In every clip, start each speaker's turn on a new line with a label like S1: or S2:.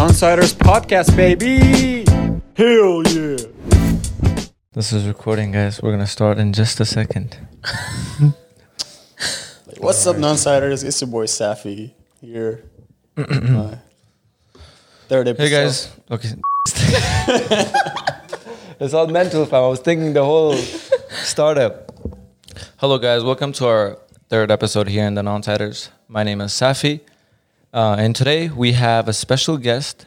S1: Non-Siders Podcast, baby! Hell yeah!
S2: This is recording, guys. We're gonna start in just a second.
S1: What's up, non-siders? It's your boy Safi here. My third episode.
S2: Hey, guys. Okay. it's all mental, fam. I was thinking the whole startup. Hello, guys. Welcome to our third episode here in the Non-Tiders. My name is Safi, uh, and today we have a special guest.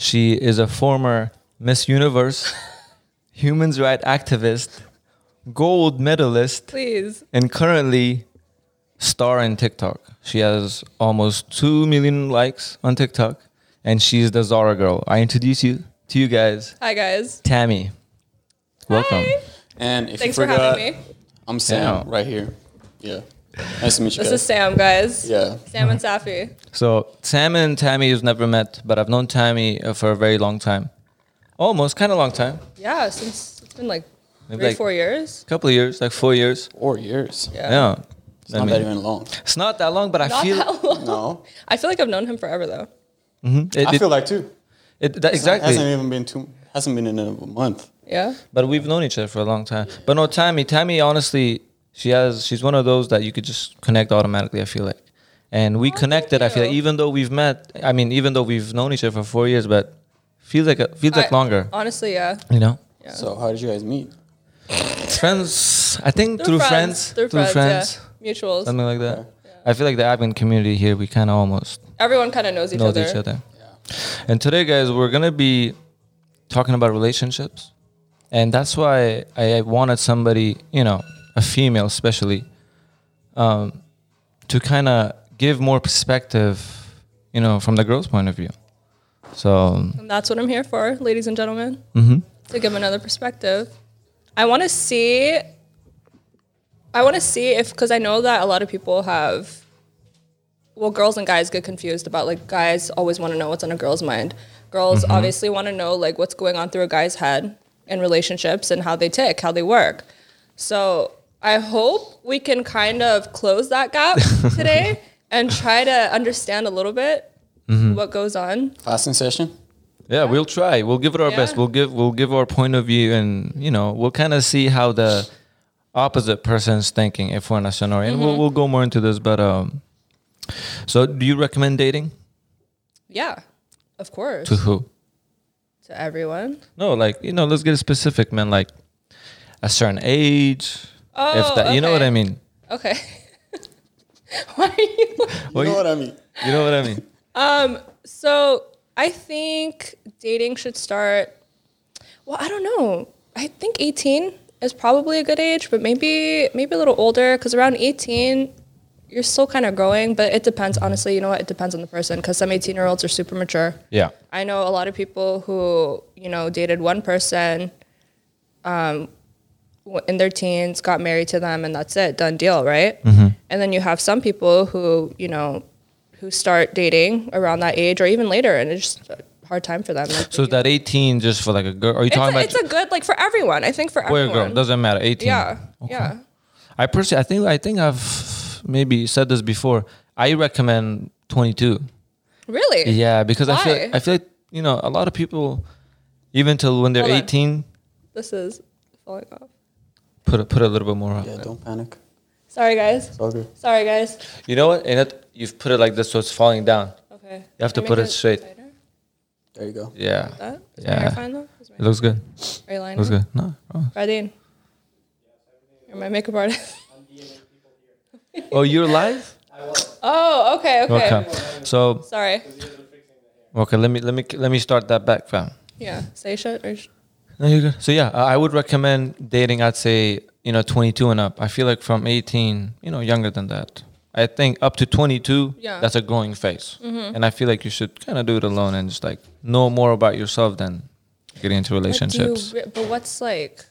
S2: She is a former Miss Universe, human rights activist, gold medalist,
S3: Please.
S2: and currently star in TikTok. She has almost 2 million likes on TikTok and she's the Zara girl. I introduce you to you guys,
S3: Hi, guys.
S2: Tammy. Welcome.
S3: Hi.
S1: And if
S3: Thanks
S1: you
S3: for
S1: forgot,
S3: having me.
S1: I'm Sam
S2: Yeah.
S1: right here. Yeah. Nice to meet you
S3: This is
S1: guys.
S3: Sam, guys.
S1: Yeah.
S3: Sam and Safi.
S2: So, Sam and Tammy you've never met, but I've known Tammy uh, for a very long time. Almost kind of long time.
S3: Yeah, since it's been like
S2: Maybe
S3: three,
S2: like-
S3: four years.
S2: A couple of years, like 4 years.
S1: Four years. Yeah.
S2: Yeah.
S1: It's
S2: I
S1: not that
S2: mean,
S1: even long.
S2: it's not that long, but I
S3: Not
S2: feel
S3: that long.
S1: No.
S3: I feel like I've known him forever, though.
S2: Mhm. it,
S1: I
S2: it-
S1: feel like too.
S2: it- that-
S1: It
S2: exactly.
S1: hasn't even been two, hasn't been in a month.
S3: Yeah.
S2: But we've known each other for a long time. But no, Tammy, Tammy, honestly, she has she's one of those that you could just connect automatically. I feel like, and we connected. I feel like
S3: Oh, you.
S2: even though we've met, I mean, even though we've known each other for four years, but feels like a, feels like
S3: I-
S2: longer.
S3: Honestly, yeah.
S2: You know,
S3: Yeah.
S1: So how did you guys meet?
S2: friends. I think through, friends,
S3: Through, friends. Yeah. Mutuals.
S2: something like that. I feel like the admin community here, we kind of almost
S3: Everyone kind of knows each
S2: know
S3: other.
S2: each other. And today, guys, we're gonna be talking about relationships, and that's why I wanted somebody, you know, a female especially, um, to kind of give more perspective, you know, from the girl's point of view. So,
S3: And that's what I'm here for, ladies and gentlemen,
S2: mhm.
S3: to give another perspective. I want to see. I want to see if, because I know that a lot of people have well, girls and guys get confused about like guys always want to know what's on a girl's mind. Girls obviously want to know like what's going on through a guy's head in relationships and how they tick, how they work. So I hope we can kind of close that gap today and try to understand a little bit what goes on.
S1: Fasting session?
S2: yeah, we'll try. We'll give it our best.
S3: Yeah.
S2: We'll give we'll give our point of view, and you know, we'll kind of see how the opposite person's thinking if we're in a scenario. And we'll
S3: Mm-hmm.
S2: we'll go more into this, but um. So, do you recommend dating
S3: Yeah, of course,
S2: to who?
S3: to everyone.
S2: No, like you know, let's get specific, man. Like a certain age.
S3: Oh,
S2: if that, you know what
S3: okay.
S2: I mean.
S3: Okay. Why are you?
S2: Well,
S1: you know
S2: you,
S1: what I mean?
S2: you know what I mean.
S3: So I think dating should start. Well, I don't know. I think 18 is probably a good age, but maybe maybe a little older because around 18 you're still kind of growing. But it depends, honestly. You know what? It depends on the person because some 18 year olds are super mature.
S2: Yeah.
S3: I know a lot of people who you know dated one person, um, w- in their teens, got married to them, and that's it, done deal, right?
S2: Mm-hmm.
S3: And then you have some people who you know who start dating around that age or even later, and it's just a hard time for them. Like,
S2: So is that 18 just for like a girl? Are you
S3: it's
S2: talking
S3: a,
S2: about
S3: it's a good like for everyone. I think for
S2: boy or
S3: everyone.
S2: girl? Doesn't matter. 18.
S3: yeah, yeah.
S2: I personally, I think, I think I've maybe said this before. I recommend 22.
S3: Really?
S2: Yeah, because I feel,
S3: Why?
S2: I feel like you know, a lot of people, even till when they're
S3: Hold on.
S2: 18,
S3: This is falling off.
S2: put a, put a little bit more. up.
S1: Yeah, don't panic.
S3: Sorry guys.
S1: It's all good.
S3: Sorry guys.
S2: You know what? And it, you've put it like this, so it's falling down.
S3: Okay.
S2: You have
S3: Can
S2: to
S3: I
S2: put
S3: make
S2: it straight.
S3: tighter?
S1: There you go.
S2: Yeah,
S3: That? Is my
S2: Yeah.
S3: hair fine though? Is my-
S2: it looks good.
S3: Are you lying?
S2: Looks good. No. oh.
S3: Radin. You're my makeup artist.
S2: Oh, you're live?
S3: Oh, okay, okay.
S2: Okay. So
S3: Sorry.
S2: okay, let me let me let me start that back, fam.
S3: Yeah. Say shut or sh-
S2: No, you're good. So yeah, I I would recommend dating. I'd say you know 22 and up. I feel like from 18, you know, younger than that. I think up to 22,
S3: Yeah. Mm-hmm.
S2: that's a growing phase, and I feel like you should kind of do it alone and just like know more about yourself than getting into
S3: But do you
S2: relationships.
S3: re- but what's like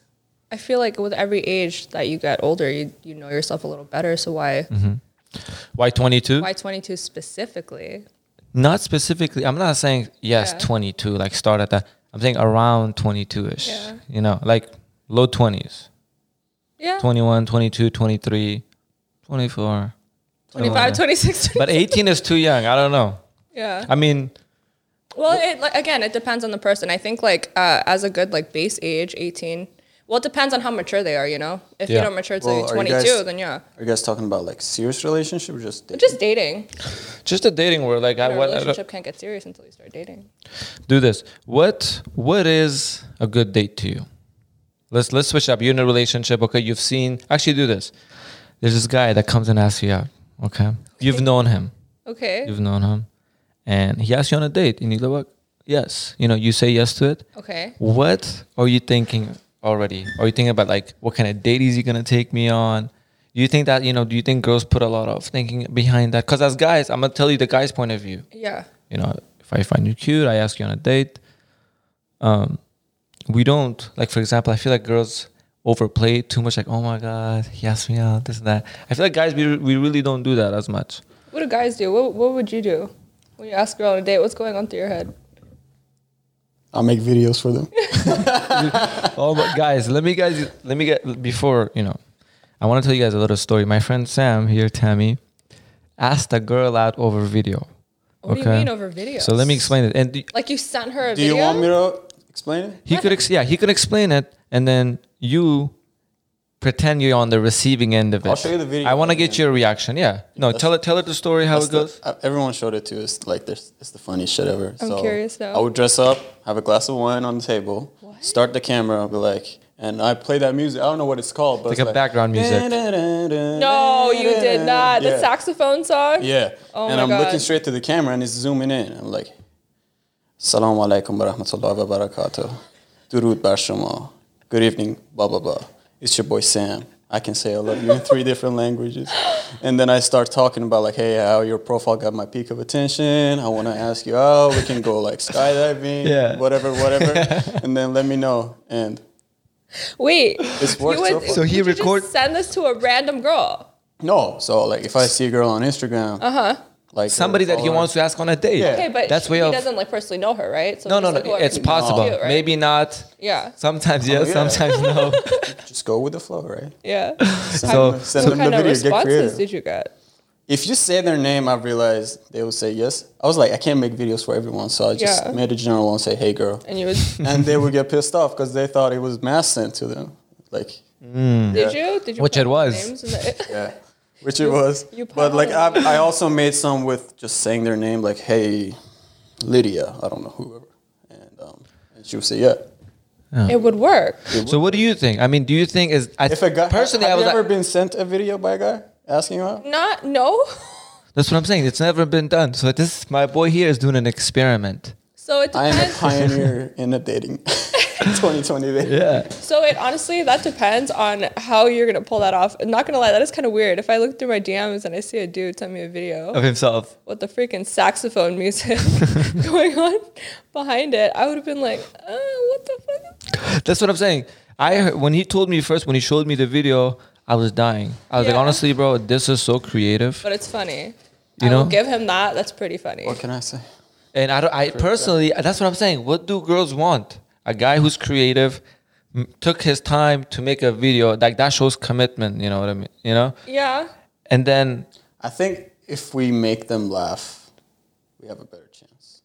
S3: I feel like with every age that you get older, you you know yourself a little better. So why
S2: Mm-hmm. Why 22?
S3: why twenty two specifically?
S2: Not specifically. I'm not saying yes,
S3: Yeah.
S2: 22. Like start at that. I'm saying around 22 ish.
S3: Yeah.
S2: You know, like low 20s.
S3: Yeah.
S2: 21, 22, 23, 24.
S3: 25, 26,
S2: But 18 is too young. I don't know.
S3: yeah.
S2: I mean,
S3: Well, it, like, again, it depends on the person. I think like uh, as a good like base age, eighteen. Well, it depends on how mature they are. You know, if
S2: Yeah.
S3: they don't mature until
S1: Well,
S3: you're
S1: are you
S3: twenty-two,
S1: guys-
S3: then yeah,
S1: Are you guys talking about like serious relationship or just dating?
S3: just dating.
S2: Just the dating world. Like, I,
S3: a
S2: what,
S3: relationship can't get serious until you start dating.
S2: do this. What What is a good date to you? Let's Let's switch up. You're in a relationship. Okay, you've seen. Actually, do this. There's this guy that comes and asks you out. Okay, you've known him.
S3: Okay.
S2: You've known him, and he asks you on a date, and you go, "What? Yes." You know, you say yes to it.
S3: Okay.
S2: What are you thinking already? Are you thinking about like what kind of date is he gonna take me on? Do you think that you know? Do you think girls put a lot of thinking behind that? Because as guys, I'm gonna tell you the guy's point of view
S3: Yeah.
S2: you know, if I find you cute, I ask you on a date. Um, we don't like, for example, I feel like girls overplay it too much. Like, oh my god, he asked me out, this and that. I feel like guys, we we really don't do that as much.
S3: What do guys do? What What would you do when you ask a girl on a date? What's going on through your head?
S1: I'll make videos for them.
S2: oh, but guys, let me guys, let me get before you know. I want to tell you guys a little story. My friend Sam here, Tammy, asked a girl out over video.
S3: What do you mean over video?
S2: So let me explain it. And
S3: Like you sent her a
S1: Do
S3: video.
S1: you want me to explain it?
S2: He could, ex- yeah, he could explain it, and then you pretend you're on the receiving end of it.
S1: I'll show you the video.
S2: I want to get your reaction. Yeah, no, tell it, tell it the story how
S1: That's
S2: it goes.
S1: The, uh, everyone showed it to us. Like, there's, it's the funniest shit ever.
S3: I'm
S1: so
S3: curious now.
S1: I would dress up, have a glass of wine on the table, start the camera, I'll be like, and I play that music. I don't know what it's called, but
S2: Like
S1: it's
S2: a background music.
S3: No, you did not. The
S1: Yeah.
S3: saxophone song.
S1: Yeah.
S3: Oh
S1: and
S3: my
S1: I'm looking
S3: God.
S1: straight to the camera and it's zooming in. I'm like, Assalamu alaikum wa rahmatullahi wa barakatuh. Durud bar shuma. Good evening, blah, blah, blah. It's your boy Sam. I can say I love you in three different languages. And then I start talking about, like, hey, how your profile got my peak of attention. I want to ask you out. We can go, like, skydiving,
S2: Yeah.
S1: whatever, whatever. and then let me know. And
S3: Wait.
S1: it's worked so far.
S2: So he
S3: would you just
S2: record-
S3: send this to a random girl.
S1: No. So, like, if I see a girl on Instagram, uh
S3: Uh-huh.
S1: huh. Like
S2: Somebody that he
S1: follow her-
S2: wants to ask on a date.
S1: Yeah.
S3: Okay, but
S2: That's
S3: he
S2: way of-
S3: doesn't like personally know her, right? So
S2: No, no,
S3: just,
S2: no.
S3: like, "Oh, whoever
S2: It's
S3: he thinks is
S2: possible.
S3: cute, right?
S2: Maybe not.
S3: Yeah.
S2: Sometimes yes,
S1: Oh, yeah.
S2: sometimes no.
S1: Just go with the flow, right?
S3: Yeah.
S2: So-
S1: Send
S3: what
S1: them
S3: kind
S1: the video,
S3: of
S1: get
S3: responses
S1: creative.
S3: did you get?
S1: If you say their name, I've realized they will say yes. I was like, I can't make videos for everyone, so I just
S3: Yeah.
S1: made a general one say, hey, girl.
S3: And you was
S1: and they would get pissed off because they thought it was mass sent to them. Like,
S3: did you did
S2: Hmm.
S3: you
S2: Which it
S3: put
S2: was.
S3: names in the-
S1: yeah, which it was.
S3: you
S1: but like, I,
S3: probably-
S1: I also made some with just saying their name, like, hey, Lydia, I don't know, whoever. And, um, and she would say, yeah.
S3: it would work.
S2: so what do you think? I mean, do you think is I
S1: If a guy,
S2: personally
S1: have
S2: I was
S1: you ever
S2: like,
S1: been sent a video by a guy asking you out?
S3: Not no.
S2: that's what I'm saying. It's never been done. So this my boy here is doing an experiment.
S3: So it
S1: I am a
S3: depends.
S1: pioneer in the dating. 2020 dating.
S2: Yeah.
S3: So it honestly that depends on how you're gonna pull that off. I'm not gonna lie, that is kind of weird. If I look through my DMs and I see a dude send me a video
S2: Of himself.
S3: with the freaking saxophone music going on behind it, I would have been like, uh, what the fuck?
S2: That's what I'm saying. I heard, when he told me first when he showed me the video, I was dying. I was like,
S3: Yeah.
S2: honestly, bro, this is so creative,
S3: But it's funny.
S2: you
S3: I will
S2: know.
S3: give him that. That's pretty funny.
S1: What can I say?
S2: And I, don't, I personally, that's what I'm saying. What do girls want? A guy who's creative, m- took his time to make a video. Like that shows commitment. You know what I mean? You know.
S3: Yeah.
S2: And then
S1: I think if we make them laugh, we have a better chance.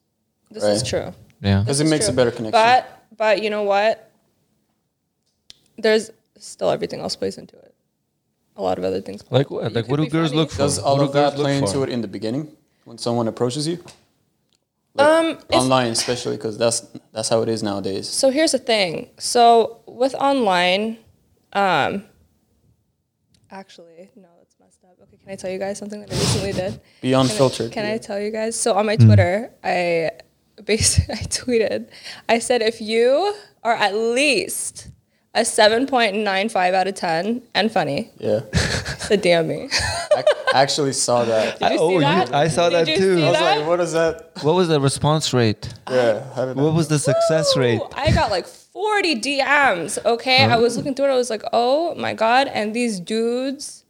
S3: This is
S1: Right.
S3: true.
S2: yeah,
S1: Because it makes
S3: True.
S1: a better connection.
S3: But but you know what? There's still everything else plays into it. A lot of other things. play
S2: like
S3: into it.
S2: what?
S3: You
S2: Like
S3: could
S2: what do
S3: be
S2: girls
S3: funny.
S2: look for?
S1: Does all
S2: what do
S1: of that
S2: girls look
S1: play into
S2: for?
S1: it in the beginning when someone approaches you?
S3: Um, if-
S1: Online, especially because that's that's how it is nowadays.
S3: So here's the thing. So with online, um, actually, no, that's messed up. Okay, can I tell you guys something that I recently did?
S1: Be
S3: Can I-
S1: unfiltered. Hmm.
S3: Can I tell you guys? So on my Twitter, I basically I tweeted, I said if you are at least a 7.95 out of 10 and funny,
S1: Yeah,
S3: so damn me.
S1: I actually saw that. I
S3: Did you see that?
S2: I saw
S3: Did
S2: that
S3: you
S2: too.
S3: see
S1: was
S3: that?
S1: like, what is that?
S2: What was the response rate?
S1: Yeah, how did
S2: What was the success
S3: Woo!
S2: rate?
S3: I got like 40 DMs. Okay. I was looking through it. I was like, oh my God. And these dudes,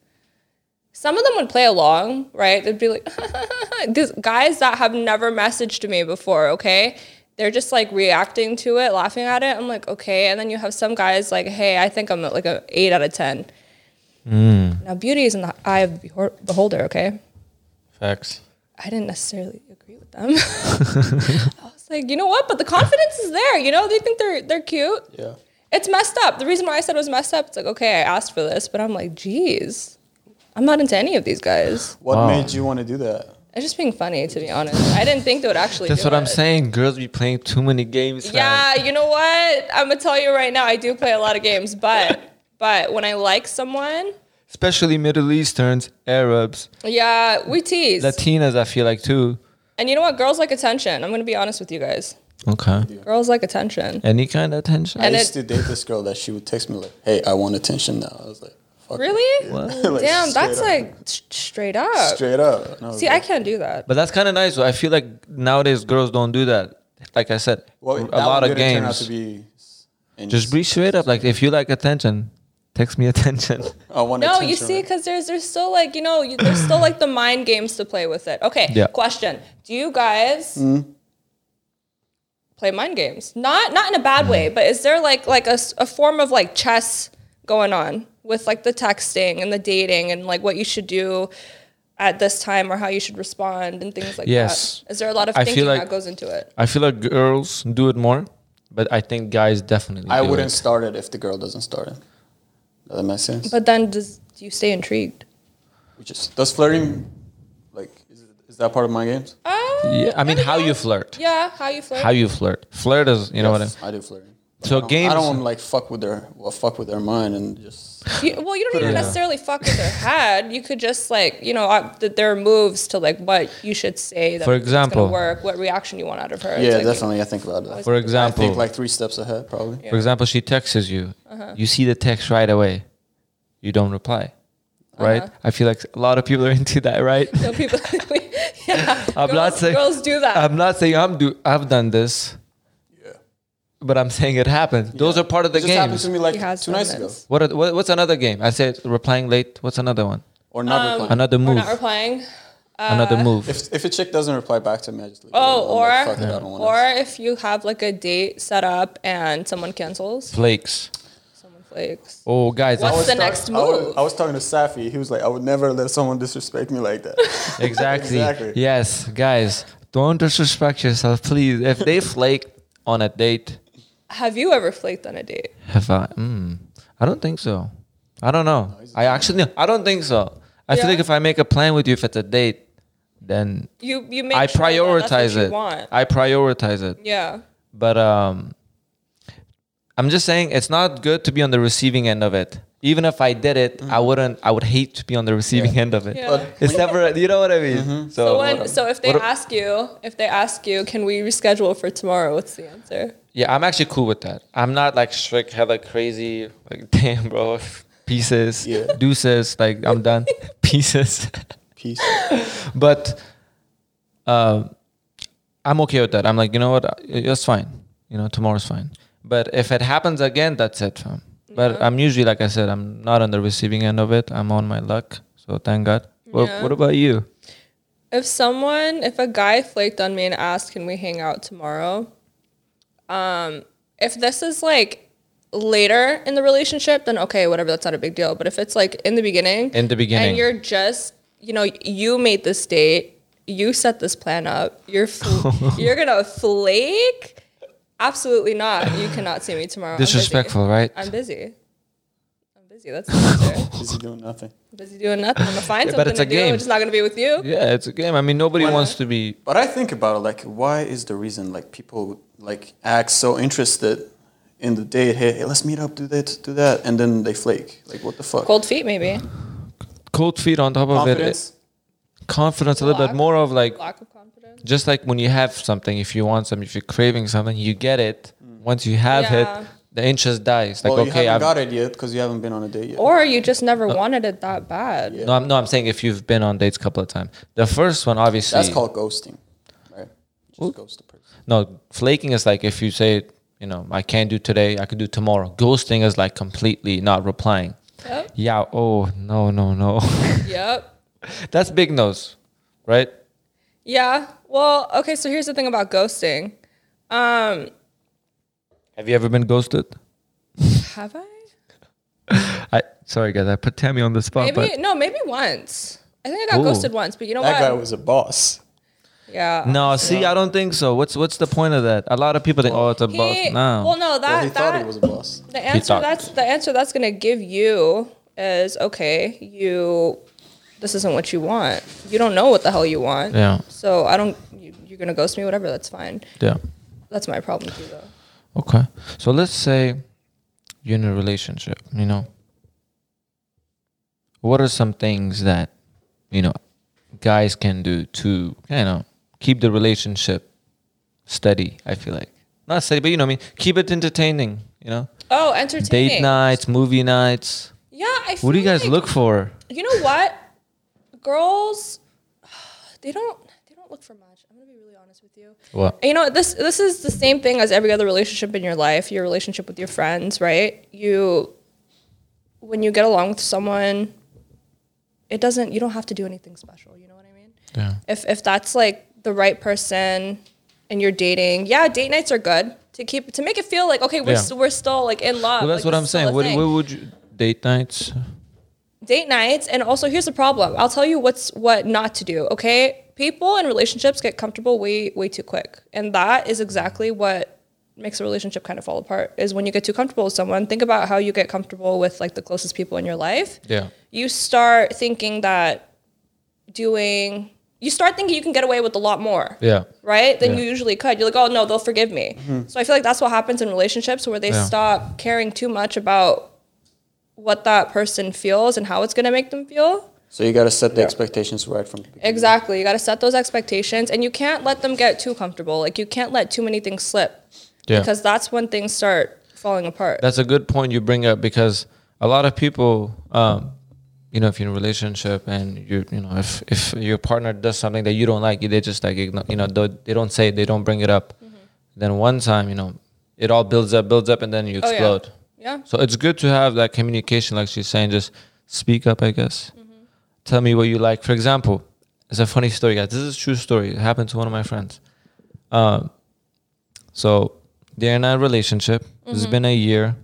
S3: some of them would play along, right? They'd be like, these guys that have never messaged me before. Okay. They're just like reacting to it, laughing at it. I'm like, okay. And then you have some guys like, hey, I think I'm at like a eight out of 10.
S2: Hmm.
S3: Now, beauty is in the eye of the behor- beholder. Okay.
S2: Facts.
S3: I didn't necessarily agree with them. I was like you know what? But the confidence is there. You know, they think they're they're cute.
S1: Yeah.
S3: It's messed up. The reason why I said it was messed up, it's like okay, I asked for this, but I'm like, geez, I'm not into any of these guys.
S1: What
S2: Wow.
S1: made you want to do that?
S3: It's just being funny, to be honest. I didn't think they would actually.
S2: That's
S3: do
S2: what I'm
S3: it.
S2: saying. Girls be playing too many games. fam.
S3: Yeah, you know what? I'm gonna tell you right now. I do play a lot of games, but but when I like someone,
S2: Especially Middle Easterns, Arabs,
S3: yeah, we tease.
S2: Latinas, I feel like too.
S3: and you know what? Girls like attention. I'm gonna be honest with you guys.
S2: Okay.
S3: Girls like attention.
S2: Any kind of attention?
S1: I
S3: And
S1: used
S3: it-
S1: to date this girl that she would text me like, "Hey, I want attention now." I was like, Fuck
S3: Really?
S2: What?
S1: Like,
S3: Damn,
S1: straight
S3: that's
S1: up.
S3: like s- straight up.
S1: straight up. And was
S3: See, I
S1: like,
S3: can't do that.
S2: But that's kind of nice. though. I feel like nowadays girls don't do that. Like I said,
S1: well,
S2: a
S1: that one
S2: lot of
S1: didn't Turn out to
S2: games.
S1: be and
S2: Just be straight up. Like if you like attention, text me attention.
S1: I want
S3: No,
S1: attention.
S3: you see,
S1: right?
S3: because there's there's still like you know you, there's still like the mind games to play with it. Okay,
S2: Yeah.
S3: question: Do you guys
S1: Hmm?
S3: play mind games? Not not in a bad
S1: Hmm.
S3: way, but is there like like a, s- a form of like chess going on with like the texting and the dating and like what you should do at this time or how you should respond and things like
S2: Yes.
S3: that? Is there a lot of
S2: I feel
S3: thinking
S2: like-
S3: that goes into it?
S2: I feel like girls do it more, but I think guys definitely.
S1: I
S2: do
S1: wouldn't
S2: It.
S1: start it if the girl doesn't start it. Does that make sense?
S3: But then does do you stay intrigued?
S1: Which is does flirting, like, is, is that part of my games?
S3: Uh,
S2: Yeah, I mean, how you flirt.
S3: Yeah, how you flirt.
S2: How you flirt. Flirt is, you know what I mean?
S1: I do flirting. But
S2: So
S1: I don't- I
S2: games-
S1: don't want to like fuck with their well, fuck with their mind and just
S3: You, well, you don't
S1: Put
S3: even
S1: it out.
S3: necessarily fuck with their head. You could just like you know uh, th- there are moves to like what you should say that
S2: For
S3: it's gonna
S2: example.
S3: work, what reaction you want out of her. It's
S1: yeah,
S3: like-
S1: definitely. I think about that.
S2: For
S1: I
S2: example,
S1: think like three steps ahead, probably.
S2: for example, she texts you.
S1: Uh-huh.
S2: You see the text right away. You don't reply.
S1: Uh-huh.
S2: Right? I feel like a lot of people are into that, right?
S3: So people, we, yeah,
S2: I'm
S3: girls,
S2: not saying
S3: girls do that.
S2: I'm not saying I'm do I've done this,
S1: Yeah.
S2: but I'm saying it happens. Those are part of
S1: It
S2: the
S1: just happened
S2: games.
S1: to me like
S3: He has
S1: two nights ago.
S3: moments.
S2: What, are, what what's another game? I said replying late. What's another one?
S1: Or not
S3: Um,
S1: replying.
S2: Another
S3: We're
S2: move.
S3: not replying.
S2: another move.
S1: If, if a chick doesn't reply back to me, I just like,
S3: Oh, or
S1: fuck it, I don't wanna-
S3: or if you have like a date set up and someone cancels,
S2: Flakes.
S3: someone flakes.
S2: Oh, guys,
S1: I
S3: What's
S1: was
S3: the
S1: talk-
S3: next
S1: I was-
S3: move?
S1: I was talking to Safi. He was like, I would never let someone disrespect me like that.
S2: Exactly.
S1: Exactly.
S2: Yes, guys, don't disrespect yourself, please. If they flake on a date,
S3: Have you ever flaked on a date?
S2: have I? Mm, I don't think so. I don't know. I actually, I don't think so. I
S3: Yeah.
S2: feel like if I make a plan with you, if it's a date, then
S3: You you make
S2: I
S3: sure that that's what
S2: prioritize
S3: you
S2: it.
S3: want.
S2: I prioritize it.
S3: Yeah.
S2: But um, I'm just saying it's not good to be on the receiving end of it. Even if I did it, I wouldn't. I would hate to be on the receiving end of it.
S3: Mm-hmm. Yeah. But
S2: It's never. You know what I mean. So,
S3: So when so if they
S2: what-
S3: ask you if they ask you, can we reschedule for tomorrow? What's the answer?
S2: Yeah, I'm actually cool with that. I'm not like strict, hella crazy, like damn, bro, pieces,
S1: Yeah.
S2: deuces, like I'm done, pieces.
S1: Peace.
S2: But um, I'm okay with that. I'm like, you know what, I- that's fine. You know, tomorrow's fine. But if it happens again, that's it, fam. But I'm usually, like I said, I'm not on the receiving end of it. I'm on my luck, so thank God. What,
S3: Yeah.
S2: what about you?
S3: If someone if a guy flaked on me and asked, Can we hang out tomorrow? Um, if this is like later in the relationship, then okay, whatever, that's not a big deal. But if it's like in the beginning
S2: In the beginning,
S3: and you're just you know, you made this date, you set this plan up, you're fl- you're gonna flake? Absolutely not. You cannot see me tomorrow. I'm busy.
S2: disrespectful, right?
S3: I'm busy. I'm busy. That's the answer.
S1: Is he doing nothing?
S3: I'm busy doing nothing. I'm gonna find
S2: Yeah,
S3: something
S2: but it's
S3: to
S2: a game.
S3: do. It's not gonna be with you.
S2: yeah, it's a game. I mean, nobody
S1: Why
S2: wants to be
S1: But I think about it like, why is the reason like people like act so interested in the date? Hey, hey, let's meet up, do that, do that, and then they flake. Like, what the fuck?
S3: Cold feet, maybe.
S2: cold feet on top of it.
S1: Confidence.
S2: Confidence, a little bit
S3: Lack.
S2: more of like
S3: Lack of confidence.
S2: just like when you have something, if you want something, if you're craving something, you get it. Once you have
S3: Mm. Yeah.
S2: it, the interest dies. Like
S1: well, you
S2: okay,
S1: haven't
S2: I've,
S1: got it yet because you haven't been on a date yet.
S3: Or you just never wanted it that bad.
S1: Yeah.
S2: no, I'm, no, I'm saying if you've been on dates a couple of times, the first one obviously
S1: That's called ghosting, right? Just ghost the person.
S2: no flaking is like if you say you know I can't do today, I can do tomorrow. Ghosting is like completely not replying.
S3: Yep.
S2: Yeah. Oh no no no,
S3: Yep.
S2: that's big nose, right?
S3: Yeah. Well, okay, so here's the thing about ghosting. Um,
S2: Have you ever been ghosted?
S3: have I?
S2: I sorry guys, I put Tammy on the spot,
S3: Maybe no, maybe once. I think I got
S2: Ooh.
S3: ghosted once, but you know
S1: That guy
S3: what?
S1: was a boss.
S3: Yeah.
S2: No, see, I don't think so. What's what's the point of that? A lot of people think, oh, it's a
S3: He-
S2: bus. No.
S3: Well, no, that
S1: Well, he
S3: that
S1: thought he was a boss.
S3: the answer
S2: thought-
S3: that's the answer that's gonna give you is okay. You, this isn't what you want. You don't know what the hell you want.
S2: Yeah.
S3: So I don't. You, you're gonna ghost me, whatever. That's fine.
S2: Yeah.
S3: That's my problem too, though.
S2: Okay. So let's say you're in a relationship, you know. What are some things that, you know, guys can do to, you know, keep the relationship steady, I feel like. Not steady, but you know what I mean? Keep it entertaining, you know?
S3: Oh, entertaining.
S2: Date nights, movie nights.
S3: Yeah. I
S2: What do you
S3: feel
S2: guys
S3: like-
S2: look for?
S3: You know what? Girls, they don't. They don't look for much. I'm gonna be really honest with you.
S2: What?
S3: you know this this is the same thing as every other relationship in your life your relationship with your friends right you when you get along with someone it doesn't you don't have to do anything special you know what i mean
S2: Yeah.
S3: if if that's like the right person and you're dating yeah date nights are good to keep to make it feel like okay we're,
S2: Yeah.
S3: s- we're still like in love
S2: Well, that's
S3: like,
S2: what
S3: this
S2: I'm
S3: is still
S2: saying.
S3: a
S2: What,
S3: thing
S2: what would you date nights?
S3: date nights and also here's the problem i'll tell you what's what not to do okay people in relationships get comfortable way way too quick and that is exactly what makes a relationship kind of fall apart is when you get too comfortable with someone think about how you get comfortable with like the closest people in your life
S2: Yeah.
S3: you start thinking that doing you start thinking you can get away with a lot more
S2: Yeah.
S3: right than
S2: Yeah.
S3: you usually could you're like oh no they'll forgive me
S1: Mm-hmm.
S3: so i feel like that's what happens in relationships where they
S2: Yeah.
S3: stop caring too much about what that person feels and how it's going to make them feel
S1: So you got to set the expectations right from the beginning.
S3: exactly you got to set those expectations and you can't let them get too comfortable like you can't let too many things slip
S2: Yeah.
S3: because that's when things start falling apart
S2: That's a good point you bring up because a lot of people, um, you know, if you're in a relationship and you, you know, if if your partner does something that you don't like, they just like, igno- you know, they they don't say, it, they don't bring it up.
S3: Mm-hmm.
S2: Then one time, you know, it all builds up, builds up, and then you
S3: Oh, yeah.
S2: explode.
S3: yeah
S2: So it's good to have that communication, like she's saying, just speak up, I guess.
S3: Mm-hmm.
S2: Tell me what you like. For example, it's a funny story, guys. This is a true story. It happened to one of my friends. Um, so they're in a relationship.
S3: Mm-hmm.
S2: It's been a year.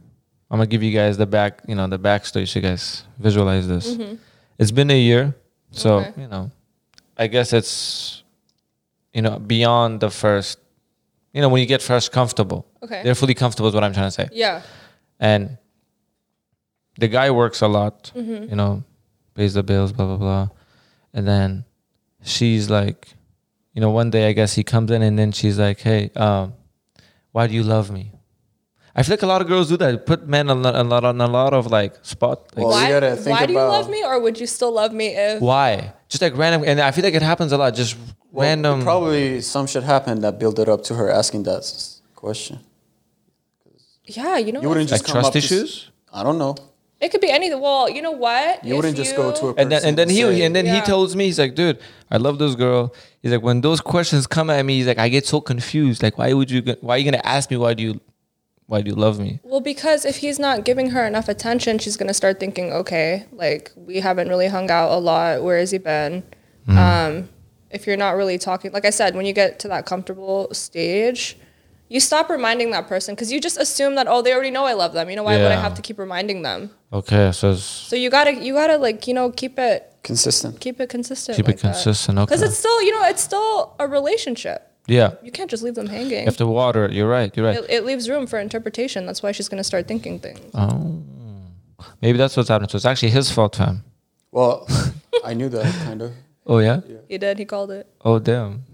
S2: I'm gonna give you guys the back, you know, the backstory so you guys visualize this. It's been a year. So,
S3: Mm-hmm. Okay.
S2: you know, I guess it's you know, beyond the first you know, when you get first comfortable.
S3: Okay.
S2: They're fully comfortable is what I'm trying to say
S3: yeah
S2: and the guy works a lot, you know, pays the bills, blah blah blah, and then she's like, you know, one day I guess he comes in and then she's like, hey, um, why do you love me? I feel like a lot of girls do that. Put men a lot, a lot on a lot of like spot. Like,
S1: Well, you
S3: why,
S1: gotta think
S3: why do you
S1: about-
S3: love me or would you still love me if
S2: why? Just like random, and I feel like it happens a lot. Just
S1: Well,
S2: random.
S1: Probably some shit happened that built it up to her asking that s- question.
S3: yeah you know
S1: You
S3: what?
S1: wouldn't just
S2: Like
S1: come
S2: trust
S1: up to s-
S2: issues?
S1: I don't know.
S3: it could be anything well you know what
S1: You wouldn't just go to a person
S2: and then and then he
S1: say,
S2: and then he
S3: Yeah.
S2: tells me he's like, dude, I love this girl. He's like, when those questions come at me, he's like, I get so confused. Like, why would you? go- Why are you gonna ask me? Why do you? Why do you love me?
S3: Well, because if he's not giving her enough attention, she's gonna start thinking, okay, like we haven't really hung out a lot. Where has he been?
S2: Mm-hmm.
S3: Um, if you're not really talking, like I said, when you get to that comfortable stage, you stop reminding that person because you just assume that oh, they already know I love them. You know why would I
S2: Yeah.
S3: have to keep reminding them?
S2: Okay, so it's,
S3: So you gotta you gotta like you know keep it
S1: consistent.
S3: keep it consistent.
S2: keep it consistent. Okay.
S3: Because it's still you know it's still a relationship.
S2: yeah.
S3: You can't just leave them hanging.
S2: After water, it, you're right. You're right.
S3: It, it leaves room for interpretation. That's why she's gonna start thinking things.
S2: Oh, maybe that's what's happening. So it's actually his fault, fam.
S1: Well, I knew that kind of.
S2: Oh yeah.
S3: He did. He called it.
S2: Oh damn.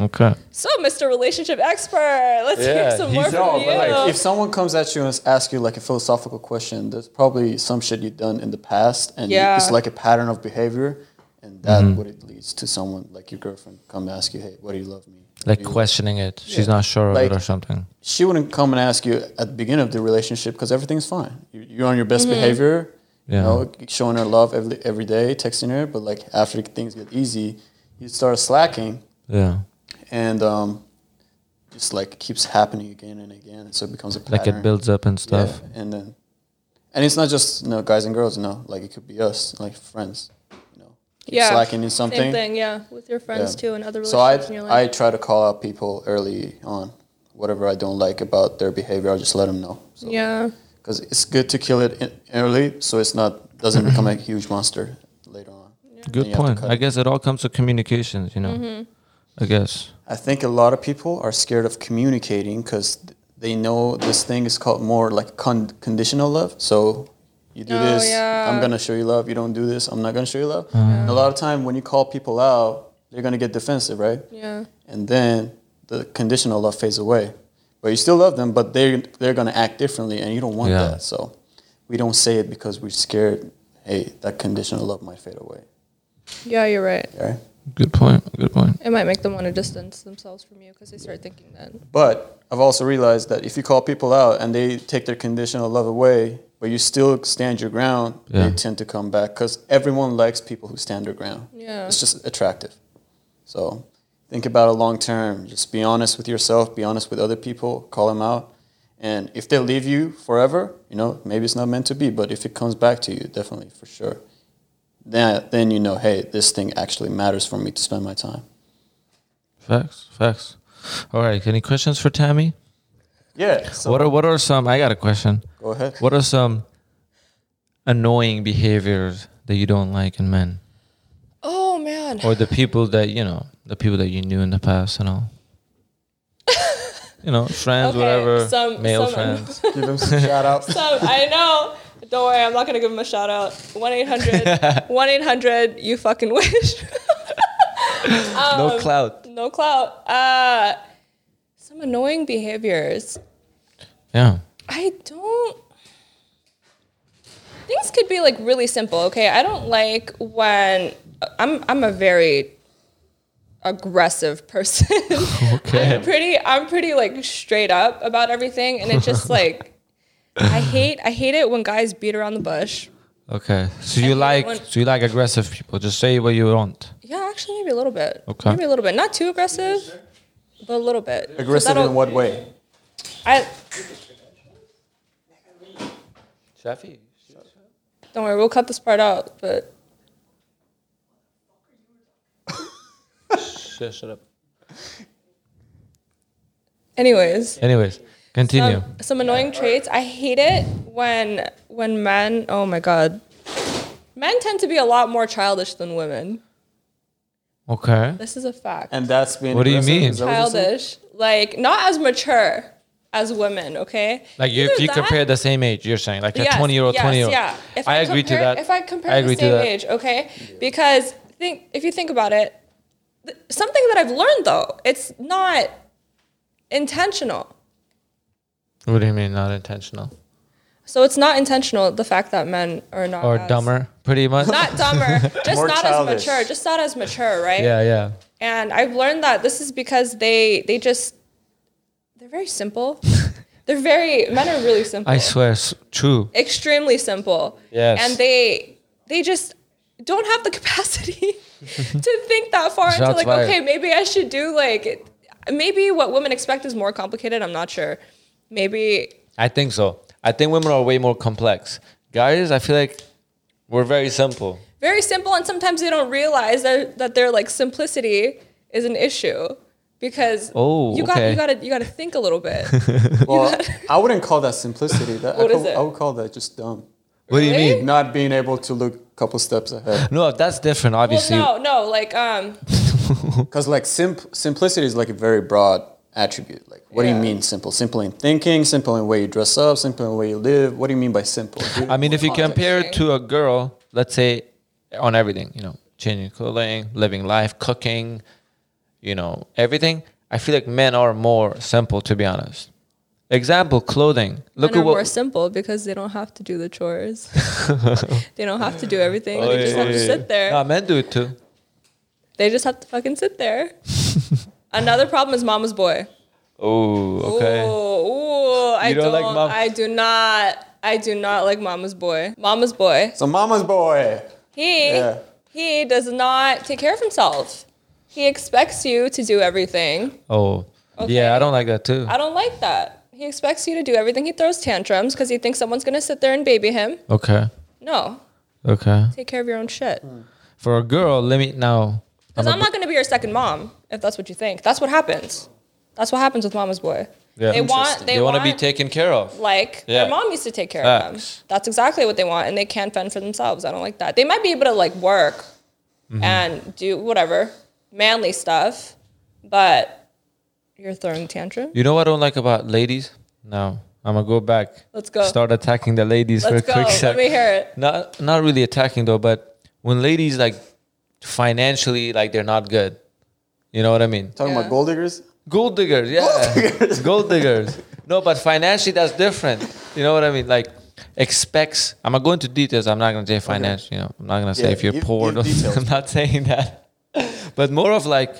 S2: Okay.
S3: So, Mr. Relationship Expert, let's hear
S2: Yeah,
S3: some
S2: he's
S3: more
S2: all
S3: from you.
S1: Like, if someone comes at you and s- asks you like a philosophical question, there's probably some shit you've done in the past, and you-
S3: Yeah.
S1: it's like a pattern of behavior, and that
S2: Mm-hmm.
S1: what it leads to someone like your girlfriend come ask you, "Hey, why do you love me?"
S2: Like questioning it. She's not sure of
S1: Like-
S2: it or something.
S1: she wouldn't come and ask you at the beginning of the relationship because everything's fine. You- You're on your best behavior,
S2: Yeah.
S1: you know, showing her love every, every day, texting her. But like after things get easy, you start slacking,
S2: Yeah.
S1: and um, just like keeps happening again and again, and so it becomes a pattern.
S2: Like it builds up and
S1: Yeah,
S2: stuff.
S1: and then, and it's not just you know guys and girls. No, like it could be us, like friends. You know, keep
S3: Yeah.
S1: slacking in something.
S3: Same thing, yeah, with your friends
S1: Yeah.
S3: too and other
S1: So I
S3: relationships in your
S1: I
S3: life.
S1: try to call out people early on, whatever I don't like about their behavior. I just let them know. So,
S3: yeah,
S1: Because it's good to kill it in early, so it's not doesn't become a huge monster later on.
S2: Good
S1: you have to
S2: point.
S1: cut
S2: I
S1: it. Mm-hmm.
S2: guess it all comes to communications, you know. I guess.
S1: I think a lot of people are scared of communicating because they know this thing is called more like con- conditional love. So you do
S3: Oh,
S1: this,
S3: yeah.
S1: I'm gonna show you love. You don't do this, I'm not gonna show you love. And a lot of time when you call people out, they're gonna get defensive, right?
S3: Yeah.
S1: And then the conditional love fades away, but you still love them, but they they're gonna act differently, and you don't want
S2: Yeah.
S1: that. So we don't say it because we're scared. Hey, that conditional love might fade away.
S3: Yeah, you're right.
S1: Right?
S2: Good point. Good point.
S3: It might make them want to distance themselves from you because they start thinking that.
S1: But I've also realized that if you call people out and they take their conditional love away, but you still stand your ground,
S2: Yeah.
S1: they tend to come back because everyone likes people who stand their ground.
S3: Yeah.
S1: It's just attractive. So think about it long term. Just be honest with yourself, be honest with other people, call them out. And if they leave you forever, you know, maybe it's not meant to be, but if it comes back to you, definitely for sure. Then, then you know, hey, this thing actually matters for me to spend my time.
S2: Facts. Facts. All right. Any questions for Tammy?
S1: Yeah. So
S2: what are What are some? I got a question.
S1: go ahead.
S2: What are some annoying behaviors that you don't like in men,
S3: Oh man.
S2: or the people that you know, the people that you knew in the past and all? you know, friends,
S3: Okay,
S2: whatever,
S3: some-
S2: male
S3: some-
S2: friends.
S1: Give him some shout out.
S3: So I know. Don't worry, I'm not gonna give him a shout out. 1 800 1 800 you fucking wish. Um,
S2: no clout.
S3: no clout. Uh some annoying behaviors.
S2: Yeah.
S3: I don't. Things could be like really simple. Okay, I don't like when I'm. I'm a very aggressive person. I'm
S2: Okay.
S3: pretty. I'm pretty like straight up about everything, and it just like I hate. I hate it when guys beat around the bush.
S2: Okay. So you like
S3: when-
S2: so you like aggressive people. Just say what you want.
S3: Yeah, actually, maybe a little bit.
S2: Okay.
S3: Maybe a little bit. Not too aggressive, but a little bit. 'Cause
S1: Aggressive
S3: that'll-
S1: in what way?
S3: I
S2: Shafi.
S3: don't worry. We'll cut this part out, but.
S2: Shut, shut up.
S3: Anyways,
S2: Anyways, continue.
S3: Um, some annoying traits. I hate it when when men. Oh my god, men tend to be a lot more childish than women.
S2: okay.
S3: This is a fact.
S1: And that's being
S2: What do you
S1: aggressive?
S2: mean?
S1: Is that what you're saying?
S3: childish, like not as mature as women. Okay.
S2: Like you,
S3: Either
S2: if you
S3: that-
S2: compare the same age, you're saying like
S3: Yes,
S2: a 20 year old,
S3: yes,
S2: 20 year old.
S3: Yeah. If
S2: I, agree
S3: compare,
S2: to that.
S3: If I compare
S2: I agree to
S3: the same
S2: that.
S3: age, okay, because think if you think about it, th- something that I've learned though, it's not intentional.
S2: What do you mean not intentional
S3: So it's not intentional the fact that men are not
S2: or
S3: as-
S2: dumber? Pretty much.
S3: Uh, not dumber, just
S1: More
S3: not
S1: childish.
S3: as mature, just not as mature, right?
S2: yeah, yeah.
S3: And I've learned that this is because they they just they're very simple. they're very men are really simple.
S2: I swear, s- true.
S3: Extremely simple.
S2: Yes.
S3: And they they just don't have the capacity to think that far into
S2: Shots
S3: like,
S2: fired.
S3: okay, maybe I should do like maybe what women expect is more complicated. I'm not sure. Maybe
S2: I think so. I think women are way more complex. Guys, I feel like we're very simple.
S3: very simple and sometimes they don't realize that, that their like simplicity is an issue because
S2: Oh,
S3: you got
S2: okay.
S3: you got to you got to think a little bit.
S1: Well, I wouldn't call that simplicity. That,
S3: What
S1: I,
S3: is
S1: call-
S3: it?
S1: I would call that just dumb.
S2: What do
S3: Really?
S2: you mean?
S1: Not being able to look a couple steps ahead.
S2: No, that's different,
S3: well,
S2: obviously.
S3: no, no, like um
S1: Because like simp- simplicity is like a very broad attribute. Like, what do
S3: Yeah.
S1: you mean simple? Simple in thinking, simple in way you dress up, simple in way you live. What do you mean by simple? Give
S2: I
S1: more
S2: mean, if you
S1: context.
S2: compare it to a girl, let's say on everything, you know, changing clothing, living life, cooking, you know, everything. I feel like men are more simple, to be honest. Example, clothing. Look
S3: men
S2: at
S3: are more
S2: what.
S3: simple because they don't have to do the chores. they don't have to do everything. they just have to sit there.
S2: No, men do it too.
S3: They just have to fucking sit there. Another problem is mama's boy.
S2: Oh, okay.
S3: Ooh, ooh, I
S2: You
S3: don't,
S2: don't like mom-
S3: I do not I do not like mama's boy. Mama's boy.
S1: So, mama's
S3: Eh?
S1: boy.
S3: He
S1: Yeah.
S3: he does not take care of himself. He expects you to do everything.
S2: Oh,
S3: Okay.
S2: yeah, I don't like that too.
S3: I don't like that. He expects you to do everything. He throws tantrums because he thinks someone's gonna sit there and baby him.
S2: Okay,
S3: No,
S2: okay.
S3: take care of your own shit.
S2: Hmm. For a girl, let me now.
S3: Because I'm not gonna be your second mom if that's what you think. That's what happens. That's what happens with mama's boy.
S2: Yeah.
S3: They want
S1: Interesting.
S3: they,
S2: They
S3: want
S2: want to be taken care of.
S3: like
S2: Yeah.
S3: their mom used to take care of
S2: Facts.
S3: them. That's exactly what they want, and they can't fend for themselves. I don't like
S2: Mm-hmm.
S3: that. They might be able to like work and do whatever manly stuff, but you're throwing tantrum.
S2: You know what I don't like about ladies? No, I'm gonna go back.
S3: Let's go.
S2: Start attacking the ladies
S3: Let's
S2: for a
S3: go.
S2: quick sec.
S3: Let me hear it.
S2: Not not really attacking though, but when ladies like financially like they're not good. You know what I mean?
S1: Talking
S3: Yeah.
S1: about gold diggers?
S2: Gold diggers, yeah. Gold diggers. No, but financially that's different. You know what I mean? Like expects I'm gonna go into details, I'm not gonna say finance, you know, I'm not gonna say
S1: Yeah,
S2: if you're
S1: give-
S2: poor.
S1: give details.
S2: I'm not saying that. But more of like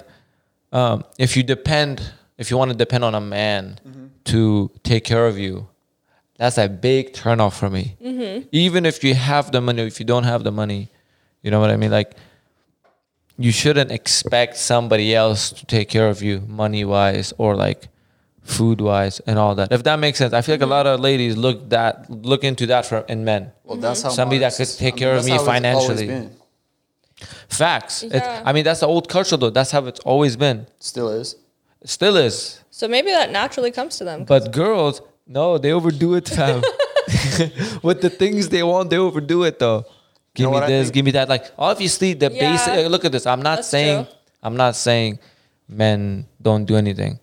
S2: um, if you depend if you want to depend on a man
S1: Mm-hmm.
S2: to take care of you, that's a big turnoff for me. Even if you have the money, if you don't have the money, you know what I mean? Like you shouldn't expect somebody else to take care of you money wise or like food wise and all that. If that makes sense. I feel like a lot of ladies look that look into that for in men.
S1: Well, that's
S3: Mm-hmm.
S1: how
S2: Somebody that
S1: modern
S2: could
S1: soc-
S2: take care of
S1: that's
S2: me
S1: how it's always
S2: financially.
S1: been.
S2: Facts. It-
S3: Yeah.
S2: I mean that's the old culture though. That's how it's always been.
S1: Still is.
S2: It still is.
S3: So maybe that naturally comes to them.
S2: But girls, no, they overdo it, fam. With the things they want, they overdo it though. Give
S1: know
S2: me
S1: what I
S2: this,
S1: think?
S2: give me that. Like obviously the
S3: Yeah.
S2: basic. uh, Look at this. I'm not
S3: That's
S2: saying
S3: true.
S2: I'm not saying men don't do anything.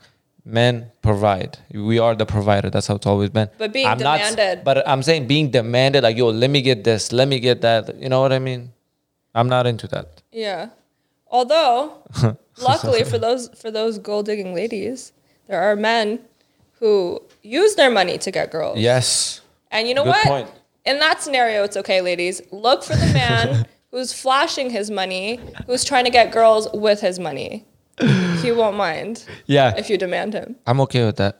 S2: Men provide. We are the provider. That's how it's always been.
S3: But being
S2: I'm not s-
S3: demanded.
S2: but I'm saying being demanded. Like yo, let me get this. Let me get that. You know what I mean? I'm not into that.
S3: Yeah. Although, luckily for those for those gold digging ladies, there are men who use their money to get girls.
S2: Yes.
S3: And you know
S2: Good
S3: what?
S2: point.
S3: In that scenario, it's okay, ladies. Look for the man who's flashing his money, who's trying to get girls with his money. He won't mind
S2: Yeah.
S3: if you demand him.
S2: I'm okay with that.